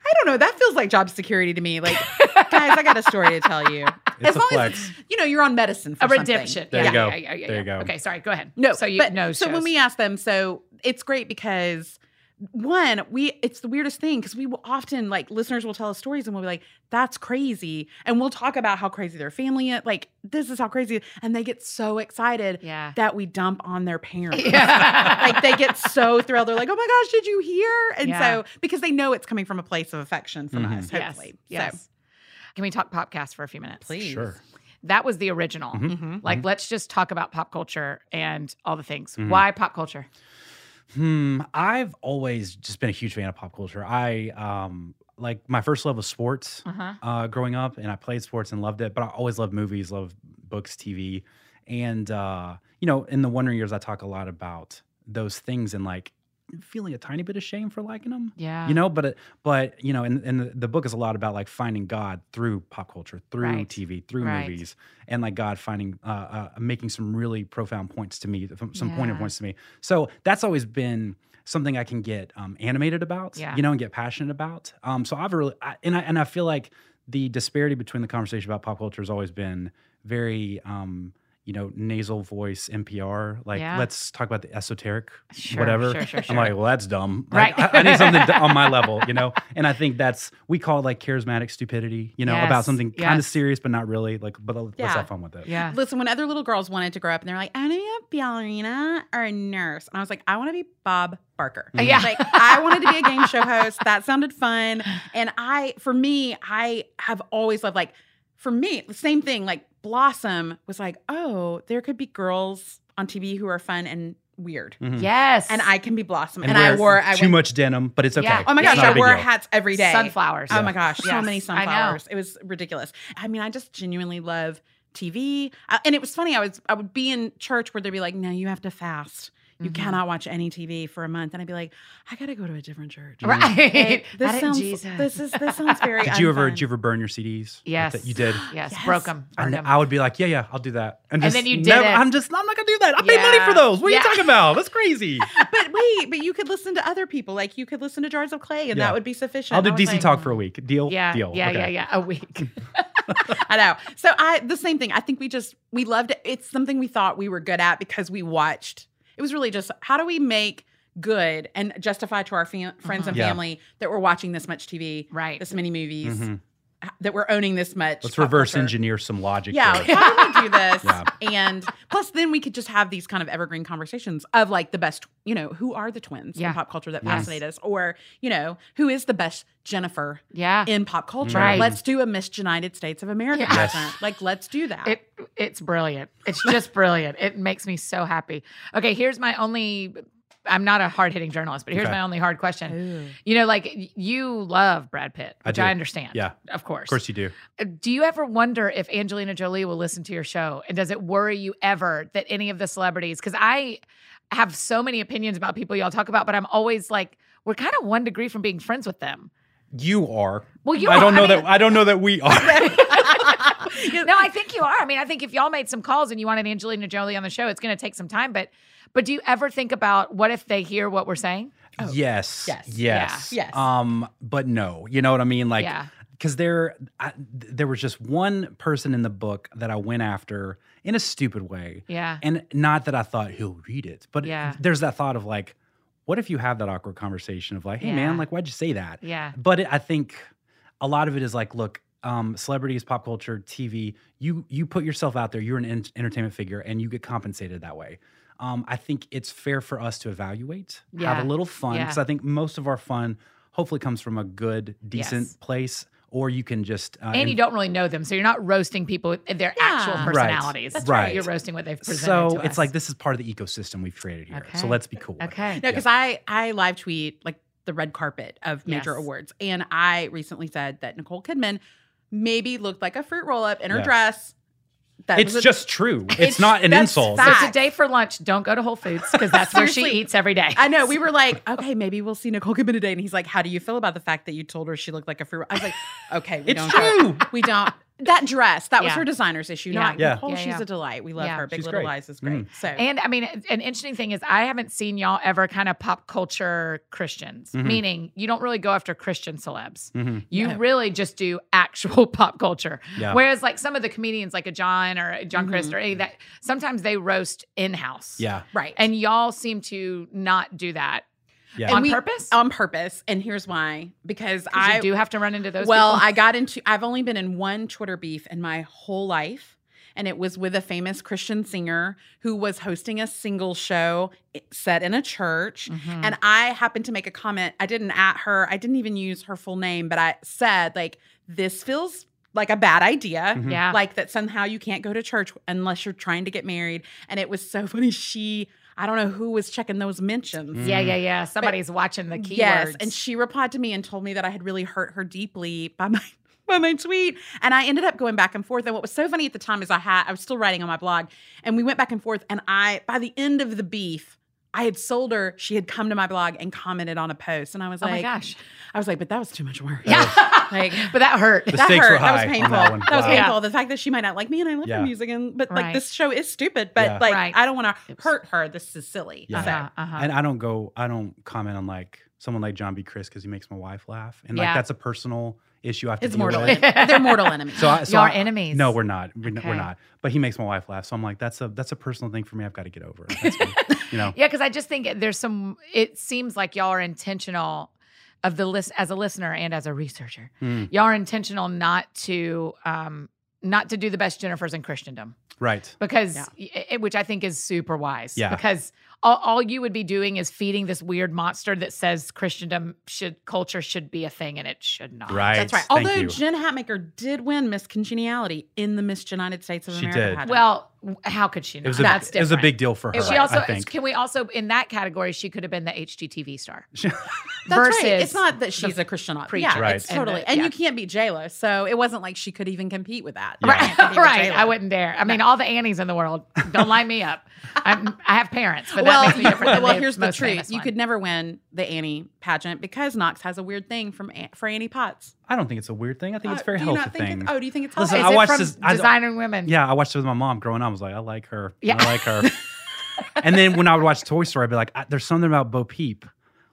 S3: I don't know. That feels like job security to me. Like, guys, I got a story to tell [LAUGHS] you.
S2: It's
S3: as
S2: a
S3: long
S2: flex.
S3: as it's, you know you're on medicine for
S1: a
S3: something.
S1: redemption.
S2: There you
S1: yeah,
S2: go.
S1: Yeah, yeah, yeah,
S2: There you
S1: yeah.
S2: go.
S1: Okay, sorry. Go ahead.
S3: No,
S1: so you
S3: but,
S1: know.
S3: So when
S1: shows. [LAUGHS]
S3: we ask them, so it's great because one, we it's the weirdest thing because we will often like listeners will tell us stories and we'll be like, "That's crazy," and we'll talk about how crazy their family is. Like, this is how crazy, and they get so excited
S1: yeah,
S3: that we dump on their parents.
S1: [LAUGHS] yeah,
S3: [LAUGHS] like they get so thrilled. They're like, "Oh my gosh, did you hear?" And
S1: Yeah. Mm-hmm.
S3: so because they know it's coming from a place of affection from
S2: Mhm.
S3: us,
S1: yes,
S3: hopefully.
S1: yes. Can we talk podcast for a few minutes,
S3: Please.
S2: Sure.
S1: That was the original.
S2: Mhm.
S3: So, mhm.
S1: Like, let's just talk about pop culture and all the things.
S2: Mhm.
S1: Why pop culture?
S2: Hmm. I've always just been a huge fan of pop culture. I um like my first love was sports.
S1: Uh-huh.
S2: uh, growing up, and I played sports and loved it. But I always loved movies, loved books, TV, and uh, you know, in the Wonder Years, I talk a lot about those things and like feeling a tiny bit of shame for liking them.
S1: Yeah.
S2: You know, but it- but you know, and, and the, the book is a lot about like finding God through pop culture, through
S1: Right.
S2: TV, through
S1: Right.
S2: movies, and like God finding, uh, uh, making some really profound points to me, some some pointer
S1: Yeah.
S2: points to me. So that's always been something I can get um, animated about,
S1: Yeah.
S2: you know, and get passionate about. Um, so I've really, I, and I and I feel like the disparity between the conversation about pop culture has always been very. Um, you know, nasal voice NPR. Like,
S1: Yeah.
S2: let's talk about the esoteric,
S1: Sure,
S2: whatever.
S1: sure, sure,
S2: I'm
S1: sure.
S2: like, well, that's dumb.
S1: Right.
S2: Like, I, I need something d- on my level, you know? And I think that's, we call it like charismatic stupidity, you know,
S1: Yes,
S2: about something kind
S1: yes.
S2: of serious, but not really. Like, but let's
S3: Yeah.
S2: have fun with it.
S1: Yeah.
S3: Listen, when other little girls wanted to grow up and they're like, I want to be a ballerina or a nurse. And I was like, I want to be Bob
S2: [LAUGHS]
S3: Barker.
S2: Mhm.
S1: Yeah.
S3: Like, I wanted to be
S2: [LAUGHS]
S3: a game show host. That sounded fun. And I, for me, I have always loved, like, for me, the same thing. Like, Blossom was like, oh, there could be girls on TV who are fun and weird.
S1: Hmm.
S2: Mhm.
S1: Yes.
S3: And I can be Blossom.
S2: And
S3: And, I
S2: wear
S3: wore, I
S2: Too
S3: went,
S2: much denim, but it's okay.
S1: Yeah.
S3: oh my
S1: Yeah,
S3: gosh,
S2: It's not a
S3: I
S2: big
S3: wore
S2: deal.
S3: hats every day.
S1: sunflowers.
S3: Oh my gosh, so
S1: Yes,
S3: many
S1: I know.
S3: sunflowers. It was ridiculous. I mean, I just genuinely love TV. I- and it was funny. I was I would be in church where they'd be like, "No, you have to fast. You
S1: Mhm.
S2: [LAUGHS]
S3: cannot watch any TV for a month." And I'd be like, "I got to go to a different church."
S1: [LAUGHS]
S2: Mhm.
S1: Right.
S3: Like, [LAUGHS] this
S1: Not in
S3: sounds
S1: Jesus.
S3: this is this sounds very.
S2: Did you ever,
S3: unfun.
S2: did you ever burn your CDs? Like
S1: Yes.
S2: that you did.
S1: [LAUGHS] Yes,
S3: Yes.
S1: broke them.
S2: And I would be like, yeah, yeah, I'll do that.
S1: And
S2: And, just
S1: then you did
S2: never,
S1: it.
S2: I'm just, I'm not going to do that. I paid money
S1: Yeah.
S2: for those. What are
S1: Yeah.
S2: you talking about? That's crazy.
S3: but wait, but you could listen to other people. Like you could listen to Jars of Clay, and
S2: Yeah.
S3: that would be sufficient.
S2: I'll do
S3: I was
S2: DC
S3: like,
S2: talk for a week. Deal.
S1: yeah,
S2: Deal.
S1: yeah,
S2: Okay.
S1: yeah, yeah. A
S3: [LAUGHS]
S1: week.
S3: I know. So I the same thing. I think we just we loved it. It's something we thought we were good at because we watched. It was really just how do we make good and justify to our fam- friends and
S2: Mhm. Yeah.
S3: family that we're watching this much TV,
S1: right.
S3: this many movies,
S2: Mhm.
S3: h- that we're owning this much.
S2: Let's
S3: pop
S2: reverse
S3: culture.
S2: engineer some logic. there.
S3: Yeah, [LAUGHS] like, how do we do this?
S2: [LAUGHS] Yeah.
S3: And plus, then we could just have these kind of evergreen conversations of like the best, you know, who are the twins
S1: Yeah.
S3: in pop culture that
S2: Yes.
S3: fascinate us, or you know, who is the best Jennifer
S1: yeah.
S3: in pop culture?
S1: Right.
S3: Let's do a Miss United States of America
S1: Yeah.
S2: Yes.
S3: accent. Like, let's do that.
S1: It it's brilliant. It's just brilliant. It makes me so happy. Okay, here's my only I'm not a hard hitting journalist, but here's
S2: Okay.
S1: my only hard question. You know, like y- you love Brad Pitt,
S2: I
S1: which
S2: do.
S1: I, understand.
S2: Yeah.
S1: Of course.
S2: Of course you do.
S1: Do you ever wonder if Angelina Jolie will listen to your show? And does it worry you ever that any of the celebrities? Because I have so many opinions about people y'all talk about, but I'm always like, we're kind of one degree from being friends with
S2: [LAUGHS]
S1: them.
S2: You are.
S1: Well, you
S2: I
S1: are-
S2: don't know
S1: mean- Oh,
S2: that. I don't know that
S1: [LAUGHS]
S2: we are.
S1: no, I think you are. I mean, I think if y'all made some calls and you wanted Angelina Jolie on the show, it's going to take some time. But, but do you ever think about what if they hear what we're saying?
S3: Oh.
S2: [LAUGHS] Yes.
S3: Yes.
S2: Yes.
S3: Yeah. Yes.
S2: Um. But no. You know what I mean? Like,
S1: yeah,
S2: because there, I, th- there was just one person in the book that I went after in a stupid way,
S1: yeah,
S2: and not that I thought he'll read it, but
S1: Yeah.
S2: there's that thought of like, what if you have that awkward conversation of like, hey
S1: Yeah.
S2: man, like why'd you say that?
S1: yeah,
S2: But it, I think a lot of it is like, look, um, celebrities, pop culture, TV. You you put yourself out there. You're an en- entertainment figure, and you get compensated that way. Um, I think it's fair for us to evaluate, have
S1: Yeah.
S2: a little fun, because
S1: Yeah.
S2: I think most of our fun hopefully comes from a good, decent
S1: Yes.
S2: place. Or you can just uh,
S1: And you
S2: in-
S1: don't really know them, so you're not roasting people with their actual
S3: Yeah.
S2: Right.
S1: personalities.
S2: That's right.
S1: You're roasting what they've presented. to
S2: So it's
S1: us.
S2: like this is part of the ecosystem we've created here.
S1: Okay.
S2: So let's be cool. with it.
S1: Okay.
S3: No, because I I live tweet like the red carpet of major
S1: Yes.
S3: awards, and I recently said that Nicole Kidman maybe looked like a fruit roll up in her
S2: Yeah.
S3: dress.
S1: uh,
S3: That
S2: It's
S3: was a-
S2: just true. It's,
S3: It's-
S2: not an
S3: that's
S2: insult.
S3: fact.
S1: So today for lunch, don't go to Whole Foods because that's where she
S3: Seriously.
S1: eats every day.
S3: I know we were
S2: [LAUGHS]
S3: like, okay, maybe we'll see Nicole Kidman today, and he's like, how do you feel about the fact that you told her she looked like a fruit? roll-" I was like, okay, we
S2: It's
S1: [LAUGHS]
S3: don't
S2: true.
S3: we don't. That dress, that was
S1: Yeah.
S3: her designer's issue,
S1: Yeah.
S3: not
S2: Yeah.
S3: Nicole.
S1: Yeah,
S3: she's
S1: yeah.
S3: a delight. We love
S1: Yeah.
S3: her. Big
S2: She's
S3: Little
S2: great. Mm.
S3: Lies is great. So
S1: [LAUGHS] And I mean, an interesting thing is, I haven't seen y'all ever kind of pop culture Christians,
S2: Mhm.
S1: meaning you don't really go after Christian celebs.
S2: Mhm.
S1: You
S3: Mm-hmm. Mm. No.
S1: really just do actual [LAUGHS] pop culture.
S2: Yeah.
S1: Whereas, like some of the comedians, like a John or a John Christ
S3: Mhm.
S1: or any of that, sometimes they roast in house.
S2: yeah.
S3: right.
S1: And y'all seem to not do that
S2: Yeah.
S3: And
S1: on
S3: we-
S1: purpose.
S3: on purpose. And here's why. Because
S1: 'Cause
S3: I
S1: you do have to run into those.
S3: well,
S1: people.
S3: I got into I've only been in one Twitter beef in my whole life. And it was with a famous Christian singer who was hosting a single show eh, set in a church.
S1: Mhm.
S3: And I happened to make a comment. I didn't at her. I didn't even use her full name, but I said, like, this feels like a bad idea.
S2: Mhm.
S1: Mm-hmm. yeah,
S3: Like that somehow you can't go to church unless you're trying to get married. And it was so [LAUGHS] funny. She, I don't know who was checking those mentions.
S1: yeah, yeah, yeah. Somebody's watching the keywords.
S3: Mm. Yes, and she replied to me and told me that I had really hurt her deeply by my [LAUGHS] by my tweet, and I ended up going back and forth. And what was so funny at the time is I had I was still writing on my blog, and we went back and forth. And I by the end of the beef, I had sold her. She had come to my blog and commented on a post, and I was
S1: oh
S3: like,
S1: my gosh,
S3: I was like, but that was too much work.
S1: yeah.
S3: like.
S1: [LAUGHS] but that hurt.
S2: The
S3: that
S2: stakes
S3: hurt.
S2: were
S3: that was
S2: high on
S3: painful.
S2: that one.
S3: was
S2: Wow.
S3: painful. The fact that she might not like me, and I love
S2: Yeah.
S3: her music, and but
S1: Right.
S3: like this show is stupid. But
S2: Yeah.
S3: like
S1: Right.
S3: I don't want to
S1: It was-
S3: hurt her. This is silly.
S2: Yeah.
S3: So,
S1: Uh-huh, uh-huh.
S2: And I don't go, I don't comment on like someone like John B. Chris because he makes my wife laugh. And
S1: Yeah.
S2: like that's a personal issue I have to
S3: it's
S2: deal
S3: mortal.
S2: with.
S1: enemy.
S3: enem- They're mortal enemies.
S2: So, I, so
S1: Y'all are
S2: I-
S1: enemies.
S2: No, we're not. We're, not- we're
S1: Okay.
S2: not. But he makes my wife laugh. So I'm like, that's a that's a personal thing for me. I've got to get over. That's me.
S3: [LAUGHS]
S2: you know.
S1: Yeah, because I just think there's some. It seems like y'all are intentional of the list as a listener and as a researcher.
S2: Mm,
S1: Y'all are intentional not to um not to do the best Jennifers in Christendom
S2: right.
S1: because
S3: Yeah.
S1: i- i- which I think is super wise.
S2: Yeah.
S1: Because all, all you would be doing is feeding this weird monster that says Christendom should culture should be a thing and it should not.
S2: Right.
S3: That's right.
S2: Thank
S3: Although
S2: you.
S3: Jen Hatmaker did win Miss Congeniality in the Miss United States of
S2: She
S3: America.
S2: did.
S3: pageant.
S1: Well, w- how could she not?
S2: it was a
S1: That's
S2: it was a
S1: different.
S2: big deal for her.
S1: And she also
S2: I think.
S1: can we also in that category she could have been the HGTV star.
S3: that's
S1: versus
S3: right. It's not that she's a Christian author.
S1: preacher.
S3: Yeah,
S2: Right.
S3: it's
S1: And
S3: totally.
S1: the-
S3: And
S1: yeah.
S3: you can't beat JLo, so it wasn't like she could even compete with that.
S2: Yeah.
S3: You
S1: [LAUGHS]
S3: can't compete
S1: Right,
S3: with
S1: right.
S3: JLo.
S1: I wouldn't dare. I mean, all the Annies in the world don't line me up. I'm, I have parents, but that
S3: Well,
S1: makes me
S3: [LAUGHS]
S1: different than
S3: well, here's the
S1: most famous
S3: truth: you
S1: one.
S3: could never win the Annie pageant because Knox has a weird thing from An- for Annie Potts.
S2: I don't think it's a weird thing. I think it's
S3: Uh,
S2: a very
S3: do you
S2: healthy
S3: not think
S2: thing.
S3: It's, oh, do you think it's
S2: Listen,
S3: healthy?
S1: Is
S2: I
S1: it
S2: watched
S1: from
S2: this- I don't-
S1: Designing Women.
S2: Yeah, I watched it with my mom growing up. I was like, I like her.
S1: Yeah.
S2: I like
S3: [LAUGHS]
S2: her. and then when I would watch Toy Story, I'd be like, I, there's something about Bo Peep.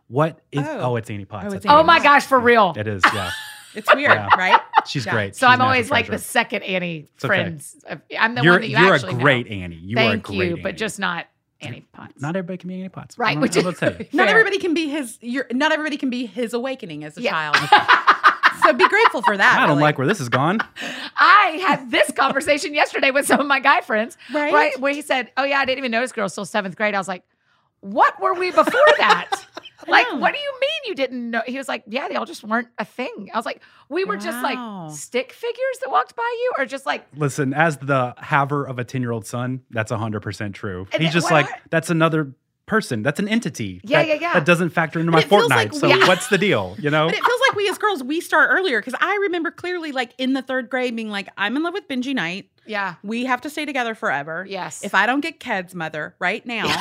S2: What is?
S3: Oh.
S2: Oh, it's Annie Potts.
S3: Oh,
S2: I
S3: it's
S2: think
S1: Oh
S2: it
S1: my
S2: is.
S1: gosh, for real.
S2: It is.
S1: [LAUGHS]
S2: Yeah,
S3: It's weird,
S2: Yeah. [LAUGHS]
S3: right?
S2: she's
S3: Yeah.
S2: great.
S1: So
S2: She's
S1: I'm
S2: an
S1: always
S2: actual
S1: like the
S2: treasure.
S1: second Annie
S2: okay.
S1: friends. of- I'm the
S2: you're
S1: one that you
S2: you're
S1: actually
S2: a
S1: know.
S2: great Annie. You are a
S1: Thank
S2: great
S1: you,
S2: Annie.
S1: but just not Annie Potts.
S2: not everybody can be Annie Potts.
S1: Right,
S2: I'm not-
S1: which
S2: I'm not
S1: is-
S2: saying
S1: [LAUGHS]
S2: it.
S3: Not
S1: Fair.
S3: everybody can be his. Your, not everybody can be his awakening as a
S1: Yeah.
S2: [LAUGHS]
S3: child. so be grateful for that.
S2: I don't
S3: really.
S2: like where this is gone.
S1: I had this conversation yesterday with some of my guy friends,
S3: Right?
S1: right? Where he said, "Oh yeah, I didn't even notice girls till seventh grade." I was like, "What were we before
S3: [LAUGHS]
S1: that?" like,
S3: know.
S1: what do you mean you didn't know? He was like, "Yeah, they all just weren't a thing." I was like, "We were just
S3: Wow.
S1: like stick figures that walked by you, or just like."
S2: Listen, as the haver of a ten-year-old son, that's hundred percent true.
S1: And
S2: He's
S1: then
S2: just
S1: what
S2: like
S1: I-
S2: that's another person. That's an entity.
S1: Yeah,
S2: that,
S1: yeah, yeah.
S2: That doesn't factor into
S3: But
S2: my
S3: it feels
S2: Fortnite.
S1: [LAUGHS]
S3: like
S2: so
S3: we-
S2: what's the deal? You know.
S3: But it feels like we as girls we start earlier because I remember clearly, like in the third grade, being like, "I'm in love with Benji Knight.
S1: Yeah.
S3: We have to stay together forever.
S1: Yes. [LAUGHS]
S3: If I don't get Ked's mother right now,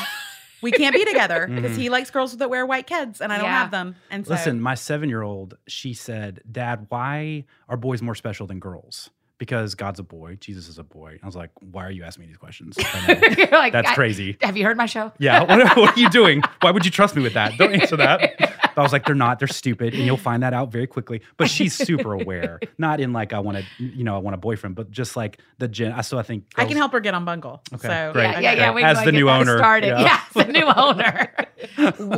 S3: we can't be together because
S2: Mhm.
S3: he likes girls that wear white Keds, and I don't
S1: Yeah.
S3: have them. And so,
S2: Listen, my seven year old, she said, Dad, why are boys more special than girls? Because God's a boy, Jesus is a boy. I was like, Why are you asking me these questions? I know.
S1: You're [LAUGHS] like,
S2: That's
S1: I-
S2: crazy.
S1: Have you heard my show?
S2: Yeah. What, [LAUGHS] what are you doing? Why would you trust me with that? Don't answer that. But I was like, They're not. They're stupid. And you'll find that out very quickly. But she's super aware, not in like, I want to, you know, I want a boyfriend, but just like the gen. I- So I think
S3: I can
S2: girls-
S3: help her get on Bungle.
S2: Okay,
S3: So,
S2: great.
S1: Yeah, yeah, yeah.
S2: Okay.
S1: We can
S2: As
S1: go
S2: the
S1: get
S2: new
S1: [LAUGHS] that
S2: owner,
S1: started.
S2: [LAUGHS] yeah.
S1: Yeah, as the new owner.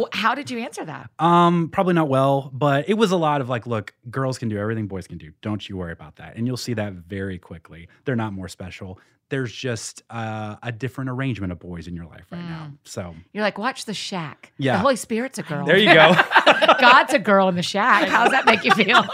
S1: Wh- How did you answer that?
S2: Um, probably not well, but it was a lot of like, look, girls can do everything boys can do. Don't you worry about that. And you'll see that very quickly. They're not more special. There's just uh, a different arrangement of boys in your life right now. So
S1: You're like, watch the shack.
S2: Yeah.
S1: The Holy Spirit's a girl.
S2: there you go.
S1: God's a girl in the shack. How does that make you
S3: [LAUGHS]
S1: feel?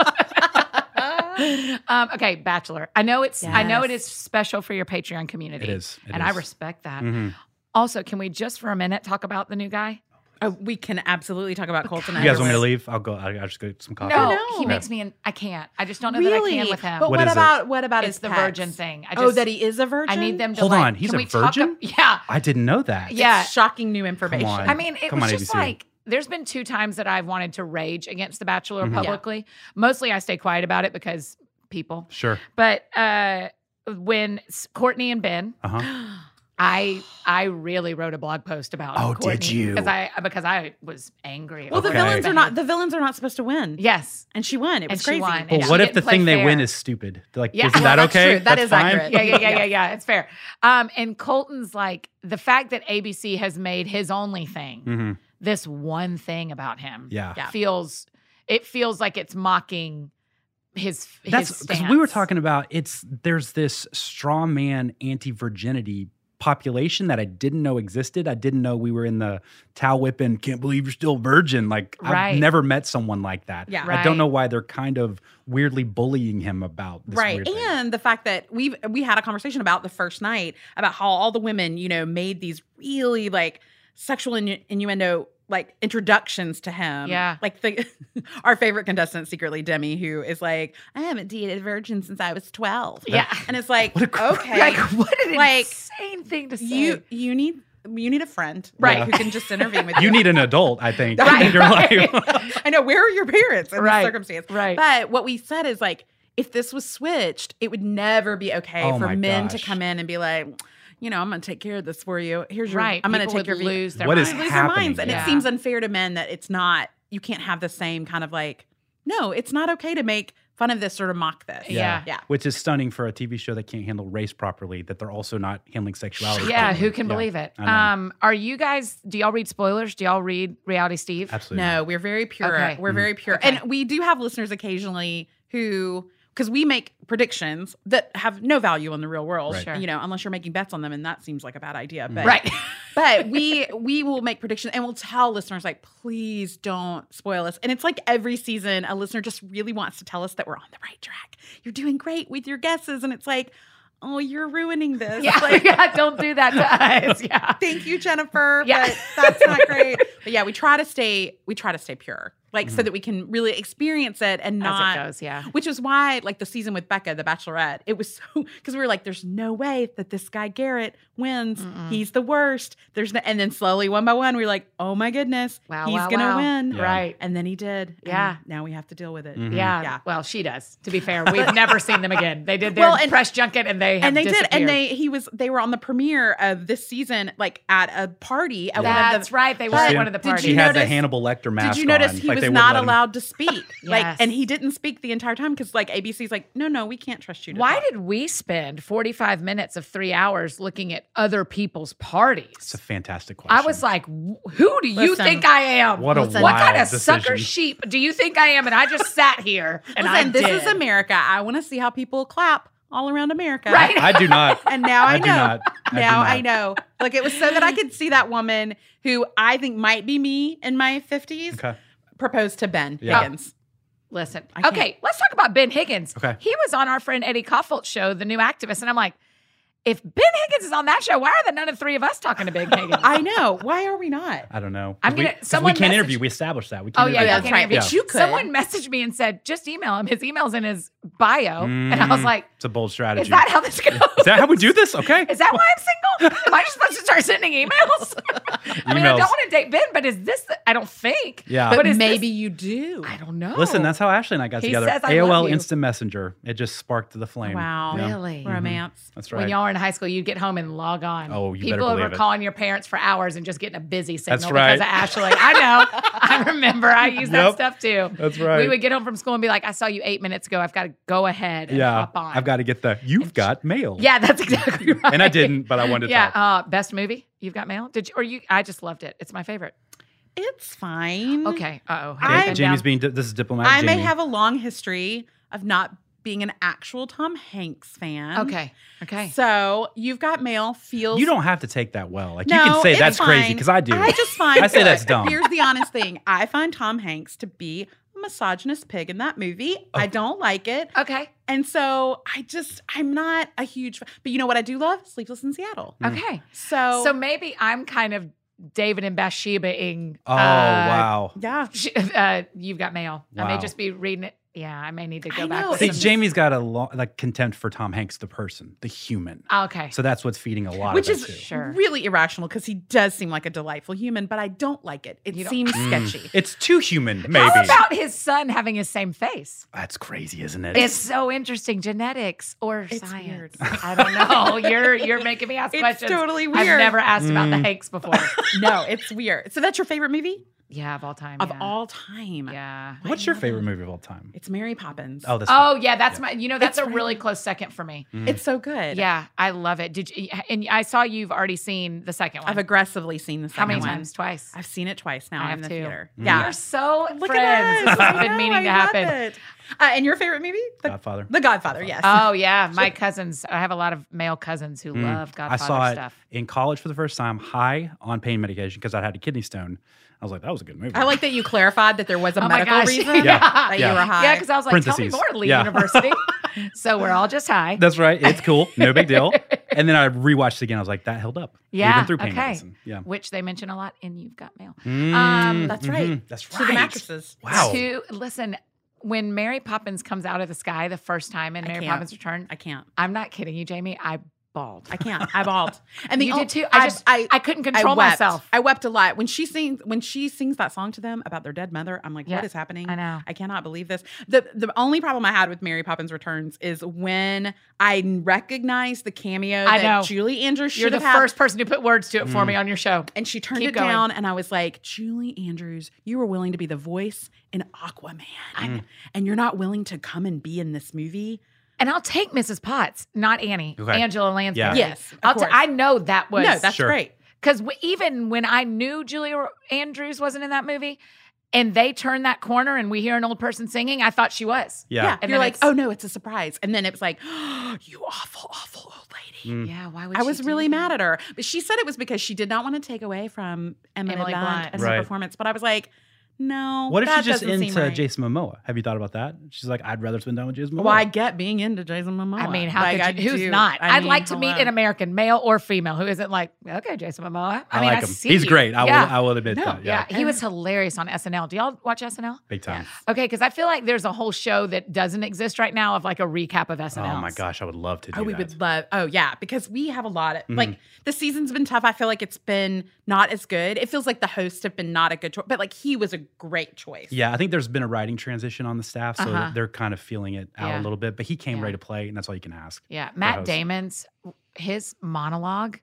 S1: um, okay, Bachelor. I know it's I know it
S3: Yes.
S1: is special for your Patreon community.
S2: it is. it
S1: and I
S2: is.
S1: respect that.
S2: Mhm.
S1: Also, can we just for a minute talk about the new guy?
S3: Oh, we can absolutely talk about Colton.
S2: You guys want me to
S3: afterwards.
S2: leave? I'll go. I- I'll just get some coffee.
S1: No,
S3: No.
S1: Oh, he
S3: No.
S1: makes me. An, I can't. I just don't know
S3: really?
S1: that I can with him.
S3: But
S2: What
S3: what
S2: is it?
S3: about what about
S1: it's
S3: his
S1: the
S3: pets?
S1: virgin thing. I just,
S3: oh, that he is a virgin.
S1: I need them to
S2: Hold
S1: like,
S2: on, he's
S1: can
S2: a
S1: we talk
S2: virgin?
S1: ab- yeah,
S2: I didn't know that.
S1: Yeah.
S3: Yeah, shocking new information.
S2: on.
S1: I mean, it
S2: Come
S1: was
S2: on,
S1: just
S2: ABC.
S1: like there's been two times that I've wanted to rage against The Bachelor
S2: Mhm. Yeah.
S1: publicly. Mostly, I stay quiet about it because people.
S2: Sure.
S1: But uh, when s- Courtney and Ben,
S2: Uh huh.
S1: I I really wrote a blog post about.
S2: Oh, did you?
S1: Because I because I was angry.
S3: well,
S1: over
S3: the
S2: Okay.
S3: villains are not the villains are not supposed to win.
S1: Yes.
S3: and she won. It
S1: And
S3: was
S1: she
S3: crazy.
S1: won.
S2: But
S1: Yeah.
S2: what
S1: She
S2: if the
S1: didn't
S2: thing
S1: play
S2: they win
S1: fair.
S2: is stupid? They're like,
S1: Yeah.
S2: isn't
S1: [LAUGHS]
S3: Well,
S2: that
S3: that's
S2: okay?
S3: true. That is accurate.
S1: yeah, yeah, yeah, yeah, yeah. It's fair. Um, and Colton's like the fact that ABC has made his only thing
S2: hmm
S1: this one thing about him.
S2: Yeah.
S3: Yeah.
S1: feels it feels like it's mocking his. his
S2: That's because we were
S1: stance.
S2: talking about it's there's this straw man anti virginity population that I didn't know existed. I didn't know we were in the towel whipping, can't believe you're still virgin. Like
S1: Right.
S2: I've never met someone like that.
S3: Yeah.
S2: I
S1: Right.
S2: don't know why they're kind of weirdly bullying him about this.
S3: right
S2: weird thing.
S3: and the fact that we've we had a conversation about the first night about how all the women you know made these really like sexual innu- innuendo like introductions to him
S1: Yeah.
S3: like the [LAUGHS] our favorite contestant secretly demi who is like i haven't dated a virgin since i was 12
S1: Yeah.
S3: and it's
S2: [LAUGHS]
S3: like
S2: What a cr-
S3: okay
S1: Like what [LAUGHS] an
S3: Like,
S1: insane thing to say.
S3: you you need you need a friend
S1: Right.
S3: like, who can
S2: [LAUGHS]
S3: just intervene with you
S2: You need an adult, I think,
S1: Right,
S2: in your
S1: right.
S2: life. [LAUGHS]
S3: i know where are your parents in
S1: Right.
S3: this circumstance
S1: right.
S3: But what we said is like, if this was switched, it would never be okay
S2: Oh
S3: for
S2: my
S3: men to
S2: gosh.
S3: come in and be like, you know, I'm going to take care of this for you. Here's your,
S1: right.
S3: I'm going to
S1: People
S3: take your
S1: would lose their
S2: What is
S3: They
S1: minds.
S3: lose their
S2: happening?
S3: minds, and
S1: Yeah.
S3: it seems unfair to men that it's not. You can't have the same kind of like, no, it's not okay to make fun of this or to mock this.
S1: Yeah.
S3: yeah.
S2: Which is stunning for a TV show that can't handle race properly, that they're also not handling sexuality.
S1: Yeah,
S2: properly.
S1: who can believe it?
S2: I know.
S1: Um, are you guys? Do y'all read spoilers? Do y'all read Reality Steve?
S2: Absolutely.
S3: No, we're very pure.
S1: Okay. Mm-hmm.
S3: We're
S2: Mhm.
S3: very pure.
S1: Okay.
S3: And we do have listeners occasionally who because we make predictions that have no value in the real world,
S2: Right.
S1: Sure.
S3: you know, unless you're making bets on them and that seems like a bad idea. But
S1: Right.
S3: but we we will make predictions and we'll tell listeners like please don't spoil us and it's like every season a listener just really wants to tell us that we're on the right track you're doing great with your guesses and it's like oh you're ruining
S1: [LAUGHS]
S3: this
S1: yeah.
S3: like
S1: yeah. Don't do
S3: [LAUGHS]
S1: that to us. Yeah.
S3: thank you jennifer
S1: Yeah.
S3: but that's not great but yeah we try to stay we try to stay pure like so
S2: Mhm.
S3: that we can really experience it and
S1: As
S3: not
S1: it goes. Yeah.
S3: which is why, like the season with Becca, the Bachelorette, it was [LAUGHS] so because we were like, "There's no way that this guy Garrett wins.
S1: Mm-mm.
S3: He's the worst." There's no, and then slowly, one by one, we were like, "Oh my goodness,
S1: Wow,
S3: he's
S1: wow,
S3: gonna
S1: wow.
S3: win!"
S2: Yeah.
S1: Right.
S3: And then he did. and
S1: Yeah.
S3: now we have to deal with it.
S2: Mhm.
S1: Yeah.
S3: Yeah.
S1: Well, she does. To be fair, we've never seen them again. They did their
S3: Well, and-
S1: press junket, and they have
S3: And they did, and
S1: disappeared.
S3: they he was they were on the premiere of this season, like at a party at one of
S1: That's
S3: the.
S1: right. They were
S2: But
S1: at one of the
S3: did you
S1: parties.
S2: She had the
S3: notice-
S2: Hannibal Lecter mask
S3: Did you notice
S2: on,
S3: he
S2: like they
S3: was
S2: wouldn't
S3: not
S2: let him-
S3: allowed to speak?
S1: Yes.
S3: Like, and he didn't speak the entire time because, like, ABC's like, no, no, we can't trust you. To
S1: Why
S3: talk."
S1: did we spend 45 minutes of three hours looking at other people's parties?
S2: It's a fantastic question.
S1: I was like, "Wh- who do you
S3: Listen.
S1: think I am?
S2: What a
S1: what
S2: wild
S1: kind of sucker
S2: decision.
S1: sheep do you think I am? And I just sat
S3: [LAUGHS]
S1: here and
S3: Listen,
S1: I
S3: this
S1: did.
S3: is America. I want to see how people clap all around America.
S1: Right.
S2: I
S1: [LAUGHS]
S2: do not.
S3: And now
S2: [LAUGHS]
S3: I,
S2: I
S3: know.
S2: do not. I do
S3: now I
S2: not.
S3: know. Like it was so that I could see that woman who I think might be me in my 50s
S2: Okay.
S3: propose to Ben
S2: Yeah.
S3: Higgins.
S1: Listen,
S3: I can't.
S1: okay, let's talk about Ben Higgins.
S2: Okay.
S1: He was on our friend Eddie Koffelt's show, The New Activist, and I'm like, if Ben Higgins is on that show, why are the none of three of us talking to
S3: [LAUGHS]
S1: Ben Higgins?
S3: I know. Why are we not?
S2: I don't know.
S1: I'm
S2: 'Cause we,
S1: gonna-
S2: 'cause
S1: someone
S2: we can't
S1: message-
S2: interview. We established that. We
S1: Oh yeah,
S2: can't interview.
S1: yeah,
S3: that's
S1: can't
S3: right,
S1: interview.
S3: but you could.
S1: Someone messaged me and said, "Just email him. His email's in his bio." And I was
S2: Mm.
S1: like,
S2: It's a bold strategy.
S1: "Is that how this [LAUGHS] goes?
S2: Is that how we do this? Okay.
S1: Is that why I'm single? Am I just supposed to start sending emails? [LAUGHS] I mean, I
S2: Emails.
S1: don't want to date Ben, but is this? I don't think.
S2: Yeah.
S1: But,
S3: But
S1: is this-
S3: maybe you do.
S1: I don't know.
S2: Listen, that's how Ashley and I got
S1: He
S2: together.
S1: says, "I love
S2: AOL
S1: you."
S2: Instant Messenger. It just sparked the flame.
S3: Wow.
S2: Yeah.
S1: really.
S3: Romance.
S2: That's
S1: When
S2: right.
S1: y'all were in high school, you'd get home and log on.
S2: Oh, you better
S1: people were
S2: believe it.
S1: calling your parents for hours and just getting a busy signal
S2: That's
S1: because
S2: right.
S1: of Ashley. I
S2: [LAUGHS]
S1: know. I remember. I used that
S2: Yep.
S1: stuff too.
S2: That's
S1: We
S2: right.
S1: would get home from school and be like, "I saw you eight minutes ago. I've got to go ahead and
S2: yeah.
S1: hop on."
S2: I've got to get the. You've got mail.
S1: Yeah, that's
S3: [LAUGHS]
S2: [LAUGHS]
S1: exactly right.
S2: And I didn't, but I wanted to
S3: um,
S1: Yeah,
S2: talk.
S1: uh, best movie you've got mail? Did you, or you? I just loved it. It's my favorite.
S2: Mm-hmm.
S3: It's fine.
S1: Okay. Uh oh.
S3: I-
S2: Okay, Jamie's being di- this is diplomatic.
S3: I may
S2: Jamie.
S3: have a long history of not being an actual Tom Hanks fan.
S1: Okay. Okay.
S3: So you've got male feels.
S2: You don't have to take that well. Like you
S3: No,
S2: can say
S3: it's
S2: that's crazy
S3: fine.
S2: because I do.
S3: I just find.
S2: I say that's dumb.
S3: Here's the honest thing. I find Tom Hanks to be a misogynist pig in that movie. I don't like it,
S1: Okay.
S3: and so I just I'm not a huge. But you know what I do love? Sleepless in Seattle.
S2: Mm.
S1: Okay.
S3: So
S1: So maybe I'm kind of David and Bathsheba ing.
S3: uh,
S1: [LAUGHS]
S2: oh wow.
S3: yeah.
S1: She, uh, you've got mail. I
S2: Wow.
S1: may just be reading it. Yeah, I may need to
S3: I
S1: go back.
S3: know,
S1: with
S2: See,
S1: some-
S3: it's-
S2: Jamie's got a lo- like contempt for Tom Hanks, the person, the human.
S1: Ah, Okay.
S2: So that's what's feeding a lot
S3: Which
S2: of it
S3: is
S2: too.
S1: Sure.
S3: really irrational because he does seem like a delightful human, but I don't like it. It
S1: You don't-
S3: seems
S2: Mm.
S3: sketchy.
S2: It's too human, maybe.
S1: How about his son having his same face?
S2: that's crazy, isn't it?
S1: It's so interesting. Genetics or
S3: It's
S1: science?
S3: weird. [LAUGHS]
S1: I don't [LAUGHS] know. You're you're making me ask
S3: It's
S1: questions.
S3: totally weird.
S1: I've never asked about the
S2: Mm.
S1: Hanks before.
S3: [LAUGHS] no, it's weird. So that's your favorite movie
S1: yeah, of all time.
S3: of
S1: yeah.
S3: all time?
S1: Yeah.
S2: What's your favorite movie of all time?
S3: It's Mary Poppins.
S2: Oh, that's
S1: Oh yeah, that's my. You know, that's
S3: It's
S1: a really
S3: right.
S1: close second for me.
S2: Mm.
S3: it's so good.
S1: Yeah, I love it. Did you? And I saw you've already seen the second one.
S3: I've aggressively seen the second
S1: How many
S3: one.
S1: times? Twice.
S3: I've seen it twice now
S1: I
S3: I'm
S1: have
S3: in the
S1: too.
S3: theater.
S2: Mm.
S1: We
S3: Yeah.
S1: are so
S3: Look
S1: friends.
S3: at us.
S1: This has
S3: I
S1: been
S3: know,
S1: meaning
S3: I
S1: to
S3: love
S1: happen. Uh,
S3: it. Uh, and your favorite movie? The,
S2: Godfather.
S3: The Godfather, yes.
S1: Oh yeah, my cousins. I have a lot of male cousins who
S2: Mm.
S1: love
S2: I
S1: Godfather
S2: saw it
S1: stuff.
S2: in college for the first time, high on pain medication because I had a kidney stone. I was like, that was a good movie.
S3: I like that you clarified that there was a
S1: oh my
S3: medical
S1: gosh. [LAUGHS]
S3: reason
S1: yeah.
S3: that you
S2: Yeah.
S3: were high.
S1: Yeah, because I was like, tell me
S2: Parentheses.
S1: more, Lee
S2: Yeah. [LAUGHS]
S1: University. so we're all just high.
S2: That's right. It's cool. No
S1: [LAUGHS]
S2: big deal. and then I rewatched it again. I was like, that held up.
S1: Yeah,
S2: Even through pain
S1: okay. Um,
S2: medicine. Yeah.
S1: which they mention a lot in You've Got Mail.
S2: Mm,
S3: that's right.
S2: mhm. That's right.
S3: [LAUGHS] to the mattresses.
S2: Wow.
S1: To listen, when Mary Poppins comes out of the sky the first time in
S3: I
S1: Mary
S3: can't.
S1: Poppins Return,
S3: I can't.
S1: I'm not kidding you, Jamie. I bawled.
S3: I can't. I bawled. And the
S1: You
S3: only-
S1: did too? I just- I couldn't control
S3: wept.
S1: myself.
S3: I wept a lot when she sings when she sings that song to them about their dead mother. I'm like,
S1: Yeah,
S3: what is happening?
S1: I know.
S3: I cannot believe this. The the only problem I had with Mary Poppins Returns is when I recognized the cameo
S1: I
S3: that
S1: know.
S3: Julie Andrews should
S1: You're the
S3: have Mm. had,
S1: first person who put words to it for me on your show.
S3: and she turned
S1: Keep
S3: it
S1: going.
S3: down, and I was like, Julie Andrews, you were willing to be the voice in Aquaman,
S2: Mm.
S3: and you're not willing to come and be in this movie.
S1: And I'll take Mrs. Potts, not Annie,
S2: Okay.
S1: Angela Lansbury.
S2: Yeah.
S3: Yes, of
S1: I'll t-
S3: course.
S1: I know that was
S3: no, that's
S2: Sure.
S3: great.
S1: because w- even when I knew Julia Ro- Andrews wasn't in that movie, and they turned that corner and we hear an old person singing, I thought she was.
S2: Yeah.
S1: And then
S3: you're like,
S1: it's-
S3: oh no, it's a surprise. And then it was like, [GASPS] you awful, awful old lady.
S2: Mm.
S1: Yeah, why would
S3: I
S1: she
S3: was
S1: do
S3: really
S1: that?
S3: mad at her, but she said it was because she did not want to take away from Emily,
S1: Emily
S3: Blunt,
S1: Blunt.
S3: and her
S2: Right.
S3: performance. But I was like, no.
S2: What if
S3: that
S2: she's just
S3: doesn't seem
S2: into
S3: right.
S2: Jason Momoa? Have you thought about that? She's like, I'd rather spend time with Jason Momoa.
S3: Well, I get being into Jason Momoa.
S1: I mean, how
S3: Like, I
S1: could you? Who's
S3: do.
S1: not?
S3: I
S1: I'd
S3: mean,
S1: like to meet
S3: hello.
S1: an American, male or female, who isn't like, okay, Jason Momoa. I,
S2: I
S1: mean,
S2: like
S1: I
S2: him.
S1: see
S2: He's
S1: you.
S2: great. I
S1: yeah.
S2: will. I will admit
S3: No,
S2: that. Yeah,
S1: yeah. he was hilarious on SNL. Do y'all watch SNL?
S2: big time.
S1: Okay, because I feel like there's a whole show that doesn't exist right now of like a recap of SNL.
S2: Oh my gosh, I would love to do
S3: Oh, we
S2: that.
S3: would love. Oh, yeah, because we have a lot of
S2: Mhm.
S3: like the season's been tough. I feel like it's been not as good. It feels like the hosts have been not a good choice, but like he was a great choice.
S2: yeah, I think there's been a writing transition on the staff, so
S1: Uh-huh.
S2: they're kind of feeling it out
S1: Yeah.
S2: a little bit. But he came
S1: Yeah.
S2: ready to play, and that's all you can ask.
S1: Yeah, Matt
S2: host.
S1: Damon's his monologue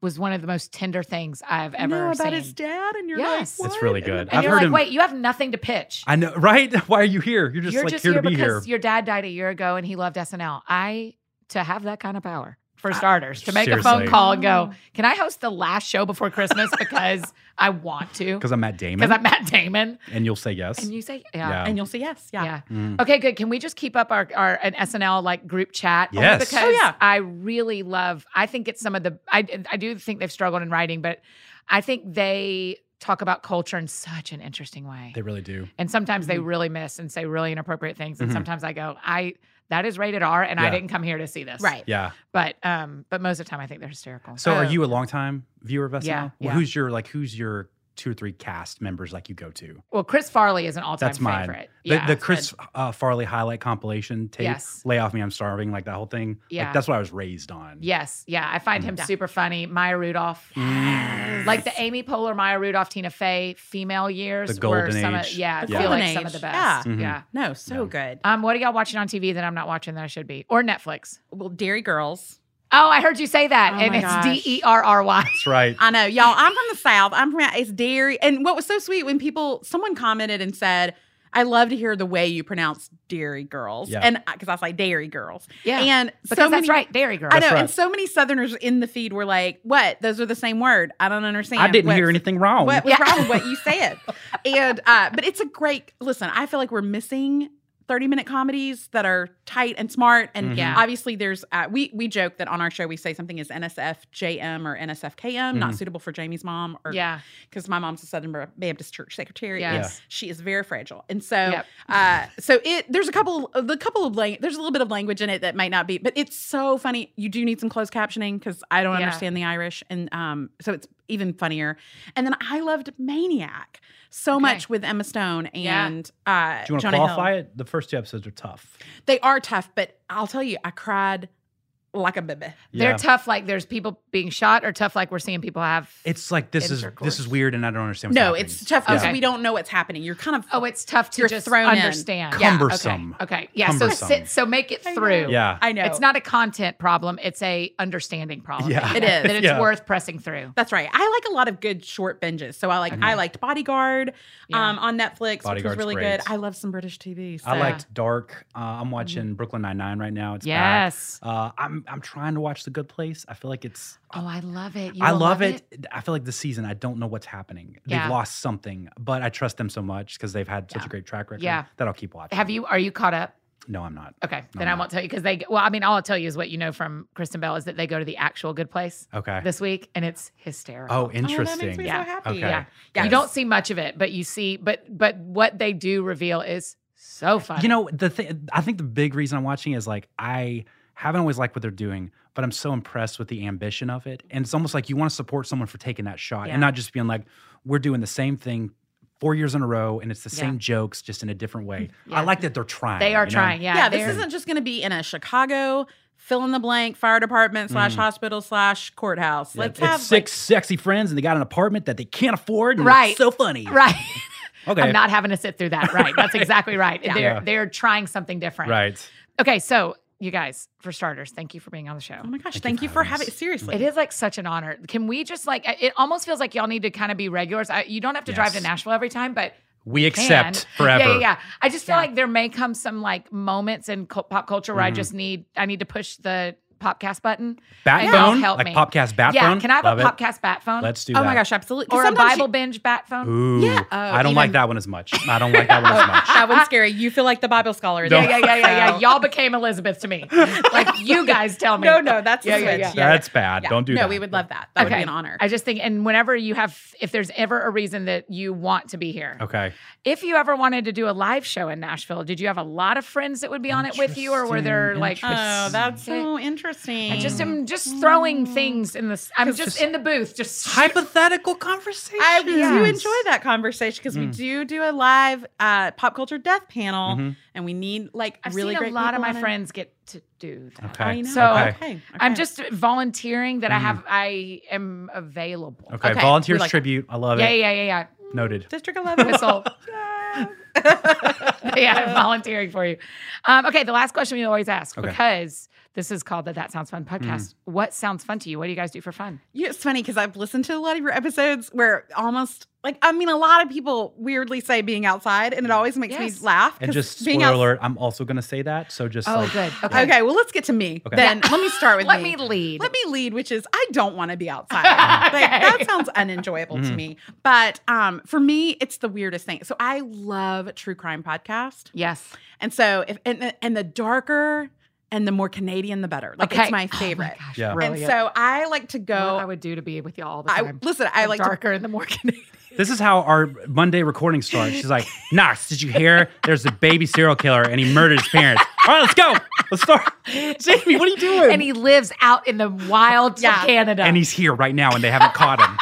S1: was one of the most tender things I've ever
S3: no,
S1: seen.
S3: about his dad, and you're
S1: Yes.
S3: like,
S2: It's
S3: what?
S2: really
S3: And-
S2: good.
S1: and
S2: I've
S1: you're
S2: heard
S1: like,
S2: him-
S1: wait, you have nothing to pitch.
S2: I know, [LAUGHS] right? Why are you here? You're just
S1: you're
S2: like
S1: just
S2: here,
S1: here
S2: to be here.
S1: because your dad died a year ago and he loved SNL. I to have that kind of power for starters to make a phone
S2: seriously.
S1: call and go, can I host the last show before Christmas because I want
S2: [LAUGHS]
S1: to
S2: Because I'm Matt Damon,
S1: because I'm Matt Damon
S2: and you'll say yes.
S1: and you say yeah.
S2: Yeah.
S3: And you'll say yes. Yeah.
S1: Yeah.
S2: Mm.
S1: Okay, good. Can we just keep up our, our an SNL like group chat? Only
S2: Yes.
S1: because
S3: Oh, yeah.
S1: I really love. I think it's some of the. I I do think they've struggled in writing, but I think they talk about culture in such an interesting way.
S2: They really do.
S1: and sometimes
S2: Mm-hmm.
S1: they really miss and say really inappropriate things. And
S2: Mhm.
S1: sometimes I go, I that is rated R, and I
S2: Yeah.
S1: didn't come here to see this.
S3: Right.
S2: Yeah.
S1: But um, but most of the time I think they're hysterical. Uh,
S2: So, are
S3: Oh.
S2: you a longtime viewer of SNL?
S1: Yeah,
S2: Well,
S1: yeah.
S2: Who's your like? Who's your two or three cast members like you go to?
S1: well, Chris Farley is an all time
S2: That's mine.
S1: favorite.
S2: The,
S1: Yeah,
S2: the
S1: it's
S2: Chris
S1: good.
S2: uh, Farley highlight compilation tape,
S1: Yes.
S2: "Lay Off Me, I'm Starving," like that whole thing.
S1: Yeah.
S2: like, that's what I was raised on.
S1: Yes, yeah, I find
S2: Mm-hmm.
S1: him
S3: Yeah.
S1: super funny. Maya Rudolph.
S2: Mm.
S1: like the Amy Poehler, Maya Rudolph, Tina Fey female years.
S2: The golden
S1: were some Of,
S2: age.
S1: yeah, I
S3: The
S1: feel
S3: golden
S1: like some of the
S3: age,
S1: best.
S3: yeah.
S2: Mhm.
S1: yeah.
S3: No, so good.
S1: Um, what are y'all watching on TV that I'm not watching that I should be, or Netflix?
S3: Well, Dairy Girls.
S1: Oh, I heard you say that,
S3: Oh
S1: and
S3: my gosh.
S1: it's D E R R Y.
S2: that's right.
S3: I know, y'all. I'm from the South. I'm from it's dairy. And what was so sweet when people someone commented and said, I love to hear the way you pronounce dairy girls,
S2: Yeah.
S3: and because I say dairy girls,
S1: [LAUGHS] Yeah.
S3: and
S1: because
S3: so
S1: that's
S3: many,
S1: right, Dairy Girl.
S3: I know,
S2: That's
S3: and
S2: right.
S3: so many Southerners in the feed were like, "What? Those are the same word. I don't understand."
S2: I didn't
S3: What-
S2: hear anything wrong.
S3: What was
S1: Yeah.
S3: wrong with what
S1: [LAUGHS]
S3: you said? and uh, but it's a great listen. I feel like we're missing. 30 minute comedies that are tight and smart and
S2: Mhm.
S1: Yeah.
S3: obviously there's uh, we we joke that on our show we say something is NSFJM or NSFKM not
S2: Mhm.
S3: suitable for Jamie's mom or
S1: Yeah.
S3: because my mom's a Southern Baptist Church secretary.
S1: Yes.
S3: and she is very fragile, and so
S1: Yep.
S3: uh, so it there's a couple of the couple of lang- there's a little bit of language in it that might not be, but it's so funny. You do need some closed captioning because I don't
S1: Yeah.
S3: understand the Irish, and um, so it's even funnier. And then I loved Maniac so
S1: Okay.
S3: much with Emma Stone
S1: Yeah.
S3: and uh,
S2: Do you want to
S3: Jonah Hill.
S2: qualify it? The first two episodes are tough.
S3: They are tough, but I'll tell you, I cried like a baby.
S1: They're tough like there's people being shot or tough like we're seeing people have
S2: It's like this is
S1: Intercourse.
S2: this is weird, and I don't understand. What's
S3: No,
S2: happening.
S3: it's tough because
S1: Okay.
S3: we don't know what's happening. You're kind of
S1: Oh, it's tough to
S3: You're
S1: just
S3: thrown in.
S1: understand.
S3: Yeah, okay.
S2: cumbersome.
S1: Okay. Yeah. So
S2: Cumbersome.
S1: sit so make it
S3: I know.
S1: through.
S2: Yeah,
S3: I know
S1: It's not a content problem, it's a understanding problem.
S2: Yeah.
S1: that you-
S3: It is.
S1: That it's
S2: Yeah.
S1: worth pressing through.
S3: That's right. I like a lot of good short binges. So I like I liked Bodyguard
S1: Yeah.
S3: um, on Netflix, which was
S2: Bodyguard's
S3: really
S2: great.
S3: good. I love some British TV. So.
S2: I liked Dark. Uh, I'm watching Brooklyn Nine Nine right now. It's back.
S1: Mm-hmm. yes.
S2: Uh, I'm I'm trying to watch The Good Place. I feel like it's.
S1: Oh, I love it. You
S2: I
S1: will
S2: love, it. I feel like this season I don't know what's happening.
S1: Yeah.
S2: They've lost something, but I trust them so much because they've had such
S1: Yeah.
S2: a great track record.
S1: Yeah.
S2: that I'll keep watching.
S1: Have you are you caught up?
S2: No, I'm not.
S1: Okay.
S2: No,
S1: then
S2: I'm
S1: I won't
S2: not.
S1: tell you because they well, I mean, all I'll tell you is what you know from Kristen Bell is that they go to the actual good place
S2: Okay.
S1: Oh, this week and it's hysterical.
S2: oh,
S3: Oh, that makes
S2: interesting.
S3: me
S1: Yeah.
S3: so happy.
S2: Okay.
S1: Yeah.
S3: Yes.
S1: You don't see much of it, but you see, but but what they do reveal is so funny.
S2: You know, the thing I think the big reason I'm watching is like I haven't always liked what they're doing, but I'm so impressed with the ambition of it. And it's almost like you want to support someone for taking that shot
S1: Yeah.
S2: and not just being like, we're doing the same thing four years in a row and it's the
S1: Yeah.
S2: same jokes, just in a
S1: [LAUGHS]
S2: different way.
S1: Yeah.
S2: I like that they're trying.
S1: they are
S2: you know?
S1: trying. Yeah,
S3: Yeah, this
S1: they're-
S2: [LAUGHS]
S3: isn't just going to be in a Chicago fill in the blank fire department slash
S2: Mhm.
S3: hospital slash courthouse.
S2: Yeah,
S3: Let's
S2: it's
S3: have
S2: six sexy friends and they got an apartment that they can't afford. And
S1: Right.
S2: It's so funny.
S1: right. [LAUGHS]
S2: Okay.
S1: I'm not having to sit through that. Right. That's exactly right.
S3: Yeah.
S1: They're
S2: Yeah.
S1: they're trying something different.
S2: right.
S1: Okay, so you guys, for starters, thank you for being on the show.
S3: Like, oh my gosh! Thank,
S2: Thank
S3: you
S2: you
S3: for
S2: for having
S3: having
S2: us.
S3: seriously.
S1: It is like such an honor. Can we just like it almost feels like y'all need to kind of be regulars. I, you don't have to drive to
S2: Yes.
S1: Nashville every time, but
S2: We
S1: can.
S2: accept forever.
S1: Yeah, yeah, yeah. I just feel
S3: Yeah.
S1: like there may come some like moments in co- pop culture where I
S2: Mhm.
S1: just need I need to push the popcast button.
S2: Bat
S1: And
S2: phone?
S1: help
S2: like
S1: me.
S2: Popcast Bat
S1: yeah,
S2: phone?
S1: can I have
S2: Love
S1: a
S2: it.
S1: popcast bat phone
S2: Let's do
S3: Oh
S2: that.
S3: my gosh! Absolutely. 'Cause
S1: or a
S3: sometimes
S1: Bible binge bat phone?
S2: Ooh,
S3: Yeah, oh,
S2: I don't like
S3: even-
S2: that one as much. I don't like that one
S1: [LAUGHS]
S2: as much.
S3: you- [LAUGHS] that one's scary. You feel like the Bible scholar.
S2: No.
S1: Yeah,
S3: there.
S1: yeah, yeah, yeah,
S2: [LAUGHS]
S1: yeah.
S3: So-
S1: Y'all became Elizabeth to me. Like
S3: [LAUGHS]
S1: you guys tell me.
S3: No, no, that's
S1: Yeah,
S3: the
S1: yeah,
S3: switch.
S1: yeah.
S2: That's bad.
S3: yeah.
S2: Don't do
S3: no,
S2: that.
S3: No, we would love that. That would be
S1: Okay.
S3: an honor.
S1: I just think, and whenever you have, if there's ever a reason that you want to be here,
S2: Okay.
S1: if you ever wanted to do a live show in Nashville, did you have a lot of friends that would be on it with you, or were there
S2: Interesting,
S1: like?
S3: oh,
S2: interesting.
S3: that's so interesting.
S1: I just am just throwing things in this. I'm just in the booth, just
S2: Hypothetical conversation.
S3: I
S2: [LAUGHS]
S3: do
S1: Yes.
S3: enjoy that conversation because we
S2: Mm.
S3: do do a live uh, pop culture death panel,
S2: Mhm.
S3: and we need like
S1: I've
S3: really
S1: seen a
S3: great
S1: lot of
S3: people
S1: my
S3: on it.
S1: friends get to do that.
S2: Okay.
S3: I know.
S1: So,
S2: Okay.
S3: okay.
S1: I'm
S3: okay.
S1: just volunteering that I
S2: Mhm.
S1: have. I am available.
S2: Okay.
S3: okay, we
S2: Volunteers
S3: like-
S2: tribute. I love
S1: Yeah,
S2: it.
S1: yeah, yeah, yeah.
S2: Noted.
S1: [LAUGHS]
S3: District 11
S1: Whistle. yeah, I'm volunteering for you. Um, okay, the last question we always ask
S2: Okay.
S1: because this is called the That Sounds Fun podcast. What sounds fun to you? What do you guys do for fun?
S3: Yeah, it's funny because I've listened to a lot of your episodes where almost like I mean a lot of people weirdly say being outside, and it always makes
S1: Yes.
S3: me laugh.
S2: And
S3: 'cause
S2: just
S3: being
S2: spoiler
S3: outs-
S2: alert, I'm also gonna say that. So just
S1: Oh,
S2: like,
S1: good.
S2: yeah.
S1: Okay.
S3: Okay, well let's get to me.
S2: Okay.
S3: Then let me start
S1: [LAUGHS]
S3: with
S1: Let me lead.
S3: Let me lead, which is I don't want
S1: [LAUGHS]
S3: to be outside.
S1: Okay.
S3: Like, that sounds unenjoyable to
S2: Mhm.
S3: me. But um, for me, it's the weirdest thing. So I love true crime podcast,
S1: yes.
S3: and so if and the, and the darker and the more Canadian, the better. Like
S1: okay.
S3: it's my
S1: Oh
S3: favorite.
S1: gosh,
S2: Yeah. And
S1: brilliant.
S3: and so I like to
S1: What I
S3: go.
S1: would do to be with y'all all the
S3: I,
S1: time.
S3: listen. I
S1: The
S3: like to
S1: darker and the more [LAUGHS] Canadian.
S2: This is how our Monday recording starts. She's like, Knox, did you hear? There's a baby serial killer and he murdered his parents. All right, let's go. Let's start. Jamie, what are you doing?
S1: and he lives out in the wilds
S3: Yeah.
S1: of Canada.
S2: And he's here right now and they haven't caught him.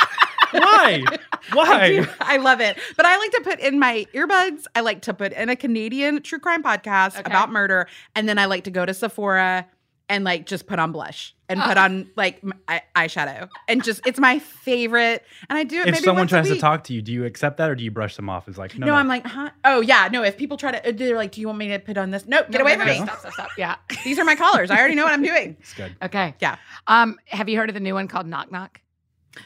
S2: Why?
S3: I, do.
S2: Why?
S3: [LAUGHS] I love it. But I like to put in my earbuds. I like to put in a Canadian true crime podcast
S1: Okay.
S3: about murder. And then I like to go to Sephora and like just put on blush and
S1: Ah.
S3: put on like m- eye- eyeshadow. And just, it's my favorite. And I do it
S2: If
S3: maybe
S2: someone
S3: once a
S2: tries to
S3: week.
S2: talk to you, do you accept that or do you brush them off? It's like, no,
S3: No, I'm like, huh? Oh, yeah. No, if people try to, they're like, do you want me to put on this? No, get
S1: No,
S3: away
S1: no,
S3: from
S1: no,
S3: me.
S1: Stop, stop, stop. Yeah. [LAUGHS]
S3: These are my collars. I already know what I'm doing.
S2: it's good.
S1: Okay.
S3: Yeah.
S1: Um, have you heard of the new one called Knock Knock?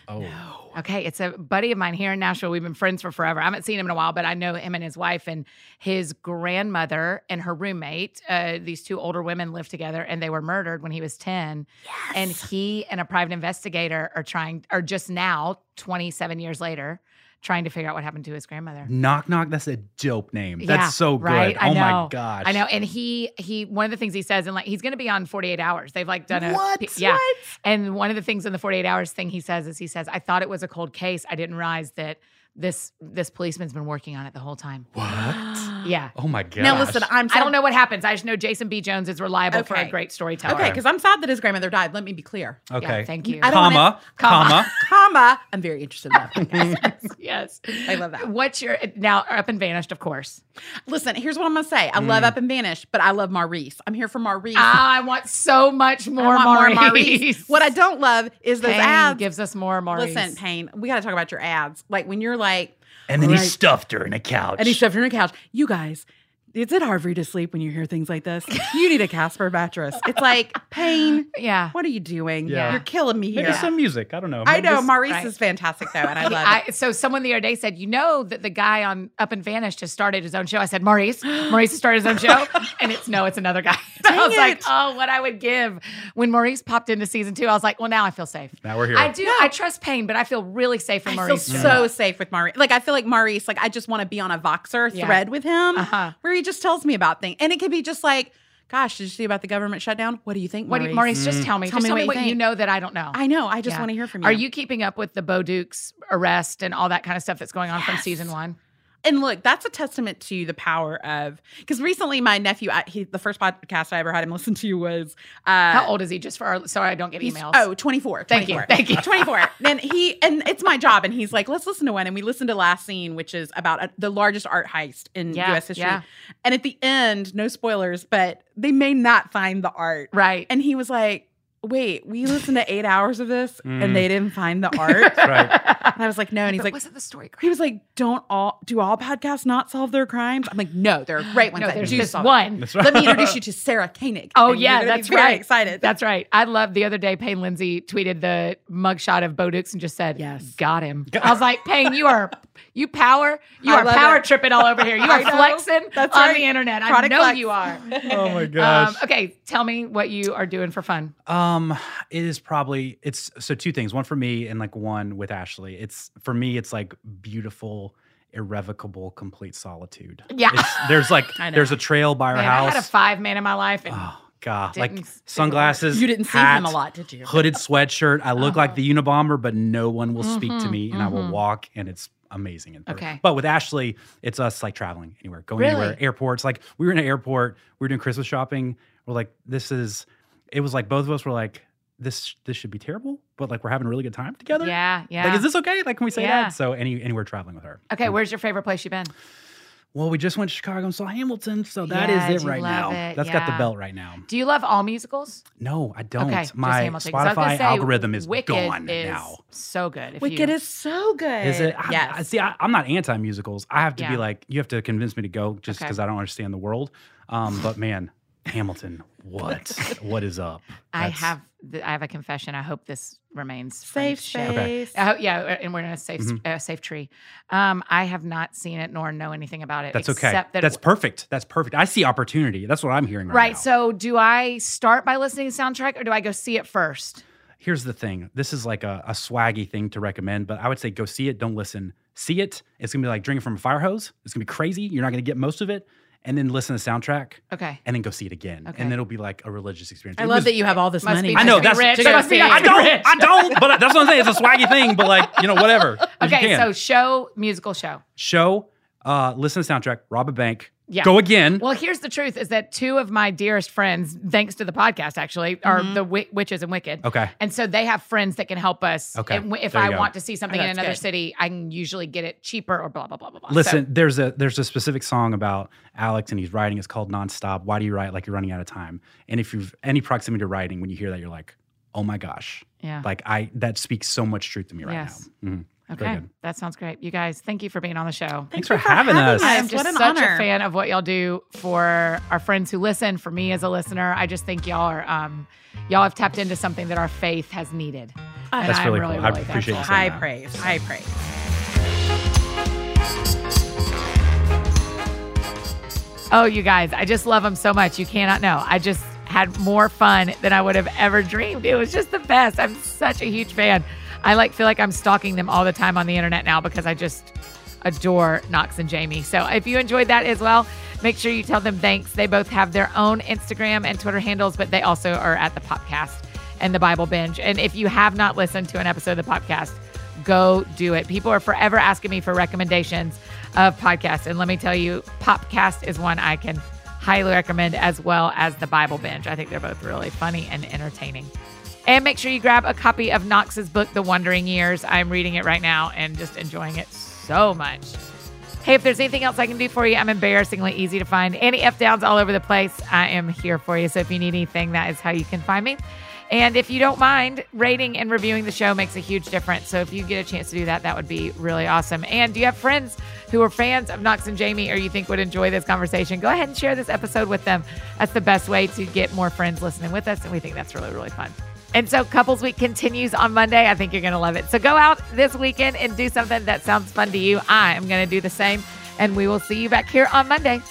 S2: Oh,
S3: No.
S1: Okay, it's a buddy of mine here in Nashville. We've been friends for forever. I haven't seen him in a while, but I know him and his wife and his grandmother and her roommate. Uh, these two older women lived together, and they were murdered when he was ten. And he and a private investigator are trying, are just now, twenty seven years later, trying to figure out what happened to his grandmother.
S2: knock knock. That's a dope name.
S1: Yeah,
S2: That's so good.
S1: right? I
S2: Oh my
S1: know.
S2: gosh.
S1: I know, and he he one of the things he says, and like he's going to be on forty eight hours. They've like done a
S3: What?
S1: yeah,
S3: What?
S1: and one of the things in the 48 hours thing he says is he says, I thought it was a cold case. I didn't realize that this this policeman's been working on it the whole time.
S2: What?
S1: [GASPS] Yeah.
S2: Oh
S1: [GASPS]
S2: my gosh.
S3: Now listen, I'm sad.
S1: I don't know what happens. I just know Jason B. Jones is reliable for a
S3: Okay.
S1: great storyteller.
S3: Okay, because I'm sad that his grandmother died. Let me be clear.
S2: Okay.
S1: Yeah, thank you.
S3: I don't
S2: comma,
S1: Comma.
S2: comma.
S3: Comma. I'm very interested in that. podcast.
S1: [LAUGHS] yes.
S3: I love that.
S1: What's your now up and vanished, of
S3: [LAUGHS]
S1: course.
S3: Listen, here's what I'm gonna say. I
S2: Hmm.
S3: love Up and Vanished, but I love Maurice. I'm here for Maurice.
S1: Ah, I want so much
S3: I
S1: more
S3: want
S1: Maurice.
S3: What I don't love is those
S1: Pain
S3: ads.
S1: gives us more Maurice.
S3: Listen, Payne, we gotta talk about your ads. Like when you're like,
S2: And then he
S3: Right.
S2: stuffed her in a couch.
S3: and he shoved her in a couch. You guys, it's at Harvard to sleep when you hear things like this. You need a Casper mattress.
S1: [LAUGHS]
S3: It's like Payne.
S1: yeah.
S3: What are you doing?
S2: Yeah.
S3: You're killing me here.
S2: Maybe some music. I don't know.
S3: I
S2: Maybe
S3: know
S2: just-
S3: Maurice
S1: right.
S3: is fantastic though, [LAUGHS] and I love it.
S1: I, so someone the other day said, you know that the guy on Up and Vanished has started his own show. I said, Maurice, Maurice has started his own
S3: [GASPS]
S1: show, and it's no, it's another guy. [LAUGHS] I was like,
S3: it.
S1: oh, what I would give when Maurice popped into season two. I was like, well, now I feel safe.
S2: Now we're here.
S1: I do. I trust Payne, but I feel really safe in
S3: I
S1: Maurice.
S3: feel
S1: show.
S3: so safe with Maurice. Like I feel like Maurice, like I just want to be on a Voxer
S1: Yeah.
S3: thread with him
S1: Uh-huh.
S3: where he just tells me about things. And it could be just like, gosh, did you see about the government shutdown? What do you think,
S1: What do
S3: Maurice?
S1: you, Maurice? Just tell me.
S3: Mm. Tell
S1: just
S3: me
S1: tell
S3: what
S1: me
S3: you
S1: what you
S3: think.
S1: know that I don't know.
S3: I know. I just
S1: Yeah.
S3: want to hear from you.
S1: Are you keeping up with the Beauduke's arrest and all that kind of stuff that's going on from season one?
S3: And look, that's a testament to the power of because recently my nephew, I, he, the first podcast I ever had him listen to was uh,
S1: How old is he? Just for our, sorry, I don't get
S3: He's-
S1: emails.
S3: Oh, 24.
S1: Thank you,
S3: 24.
S1: thank you. [LAUGHS]
S3: 24. Then he, and it's my job. And he's like, let's listen to one. And we listened to Last Scene, which is about uh the largest art heist in
S1: Yeah,
S3: US history.
S1: yeah.
S3: And at the end, no spoilers, but they may not find the art.
S1: right.
S3: And he was like, wait, we listened to eight hours of this
S2: Mm.
S3: and they didn't find
S1: [LAUGHS]
S3: the art.
S2: Right.
S3: and I was like, no. And he's
S1: but
S3: like,
S1: wasn't the story great?
S3: he was like, don't all, do all podcasts not solve their crimes? I'm like, no,
S1: [GASPS]
S3: there are great ones
S1: no,
S3: that
S1: there's
S3: do
S1: just
S3: solve
S1: one.
S2: That's right.
S3: Let me introduce you to Sarah Koenig.
S1: Oh,
S3: and you're
S1: yeah,
S3: gonna be
S1: that's
S3: very
S1: right.
S3: Excited.
S1: That's right. I love the other day. Payne Lindsay tweeted the mugshot of Bo Dukes and just said,
S3: Yes.
S1: got him." I was like, "Payne, you are you power you
S3: I
S1: are
S3: love
S1: power
S3: it.
S1: tripping all over here. You
S3: [LAUGHS] I
S1: are
S3: know.
S1: flexing
S3: That's
S1: on
S3: right.
S1: the internet. I
S3: Product
S1: know
S3: flex.
S1: you
S3: [LAUGHS]
S1: are."
S2: Oh my
S1: Um,
S2: gosh.
S1: okay, tell me what you are doing for fun.
S2: Um, it is probably it's so two things. One for me and like one with Ashley. It's for me, it's like beautiful, irrevocable, complete solitude.
S1: Yeah.
S2: It's-
S1: [LAUGHS]
S2: there's like
S3: I know.
S2: there's a trail by our
S1: Man, I
S2: house.
S1: had a five man in my life, and
S2: oh god, like
S1: Didn't- didn't work.
S2: sunglasses.
S3: You didn't see
S2: hat,
S3: him a lot, did you?
S2: Hooded sweatshirt. I look like
S1: Oh.
S2: the Unabomber, but no one will speak to
S1: Mhm,
S2: me, and I will
S1: mhm.
S2: walk, and it's amazing. And
S1: Okay.
S2: But with Ashley, it's us like traveling anywhere, going anywhere,
S1: Really?
S2: airports. Like we were in an airport, we were doing Christmas shopping. We're like, this is. It was like both of us were like, this this should be terrible, but like we're having a really good time together.
S1: yeah, yeah.
S2: Like, is this okay? Like, can we say
S1: Yeah.
S2: that? So any anywhere traveling with her.
S1: okay, where's your favorite place you've been?
S2: Well, we just went to Chicago and saw Hamilton, so that is
S1: Yeah,
S2: it
S1: do you
S2: right
S1: love
S2: now.
S1: it?
S2: That's got the
S1: Yeah.
S2: belt right now.
S1: Do you love all musicals?
S2: No, I don't.
S1: Okay, just
S2: My
S1: Hamilton, 'cause I was gonna
S2: Spotify
S1: say,
S2: algorithm is
S1: Wicked
S2: gone
S1: is
S2: now.
S1: So good. If
S3: Wicked
S1: you,
S3: is so good.
S2: Is it? I,
S3: yes.
S2: I, see, I, I'm not anti musicals. I have to
S1: Uh, Yeah.
S2: be like, you have to convince me to go just
S1: Okay.
S2: because I don't understand the world. Um,
S1: [LAUGHS]
S2: but man, Hamilton, what? what is up?
S1: I
S2: That's-
S1: have th- I have a confession. I hope this remains
S3: safe
S1: friendship.
S3: space.
S1: I hope, yeah, and we're in a safe
S2: Mhm.
S1: uh, safe tree. Um, I have not seen it nor know anything about it.
S2: That's okay.
S1: except That
S2: That's perfect. That's perfect. I see opportunity. That's what I'm hearing right,
S1: right.
S2: now.
S1: So, do I start by listening to the soundtrack, or do I go see it first?
S2: Here's the thing. This is like a, a swaggy thing to recommend, but I would say go see it. Don't listen. See it. It's gonna be like drinking from a fire hose. It's gonna be crazy. You're not gonna get most of it. And then listen to the soundtrack,
S1: Okay.
S2: and then go see it again,
S1: Okay.
S2: and then it'll be like a religious experience.
S3: I
S2: It
S3: love
S2: was-
S3: that you have all this
S1: Must
S3: money.
S1: be
S2: I know
S1: Must
S2: that's
S1: be rich.
S3: to
S1: That
S3: go
S1: must be
S3: see.
S1: nice.
S2: I
S1: Rich. [LAUGHS]
S2: don't. I don't. But that's what I'm saying. It's a swaggy thing. But like you know, whatever. if you
S1: Okay.
S2: can.
S1: So, show musical show.
S2: show, uh, listen to soundtrack, rob a bank,
S1: Yeah.
S2: go again.
S1: Well, here's the truth: is that two of my dearest friends, thanks to the podcast, actually, are
S3: Mm-hmm.
S1: the wi- witches and wicked.
S2: okay.
S1: And so they have friends that can help us.
S2: Okay.
S1: And w- if
S2: There you
S1: I
S2: go.
S1: want to see something
S3: Oh,
S1: in
S3: that's
S1: another
S3: good.
S1: city, I can usually get it cheaper or blah blah blah blah blah. So-
S2: Listen, there's a there's a specific song about Alex and he's writing. It's called Nonstop. Why do you write like you're running out of time? And if you've any proximity to writing, when you hear that, you're like, oh my gosh,
S1: yeah.
S2: like I that speaks so much truth to me right
S1: Yes.
S2: now. Mhm. Very
S1: Okay,
S2: good.
S1: that sounds great. You guys, thank you for being on the show.
S2: Thanks for having us.
S1: I
S2: Yes,
S1: am just
S3: what an
S1: such
S3: honor.
S1: a fan of what y'all do for our friends who listen, for me as a listener. I just think y'all are um, y'all have tapped into something that our faith has needed. And
S2: That's
S1: I'm
S2: really
S1: really,
S2: cool. I
S1: really
S2: appreciate you
S1: thankful.
S2: saying
S3: High
S2: that.
S3: praise. High praise.
S1: Oh, you guys, I just love them so much. You cannot know. I just had more fun than I would have ever dreamed. It was just the best. I'm such a huge fan. I like feel like I'm stalking them all the time on the internet now because I just adore Knox and Jamie. So if you enjoyed that as well, make sure you tell them thanks. They both have their own Instagram and Twitter handles, but they also are at the podcast and the Bible binge. And if you have not listened to an episode of the podcast, go do it. People are forever asking me for recommendations of podcasts. And let me tell you, Popcast is one I can highly recommend, as well as the Bible Binge. I think they're both really funny and entertaining. And make sure you grab a copy of Knox's book, The Wandering Years. I'm reading it right now and just enjoying it so much. Hey, if there's anything else I can do for you, I'm embarrassingly easy to find. Annie F. Downs all over the place. I am here for you. So if you need anything, that is how you can find me. And if you don't mind, rating and reviewing the show makes a huge difference. So if you get a chance to do that, that would be really awesome. And do you have friends who are fans of Knox and Jamie or you think would enjoy this conversation? Go ahead and share this episode with them. That's the best way to get more friends listening with us. And we think that's really, really fun. And so Couples Week continues on Monday. I think you're going to love it. So go out this weekend and do something that sounds fun to you. I am going to do the same. And we will see you back here on Monday.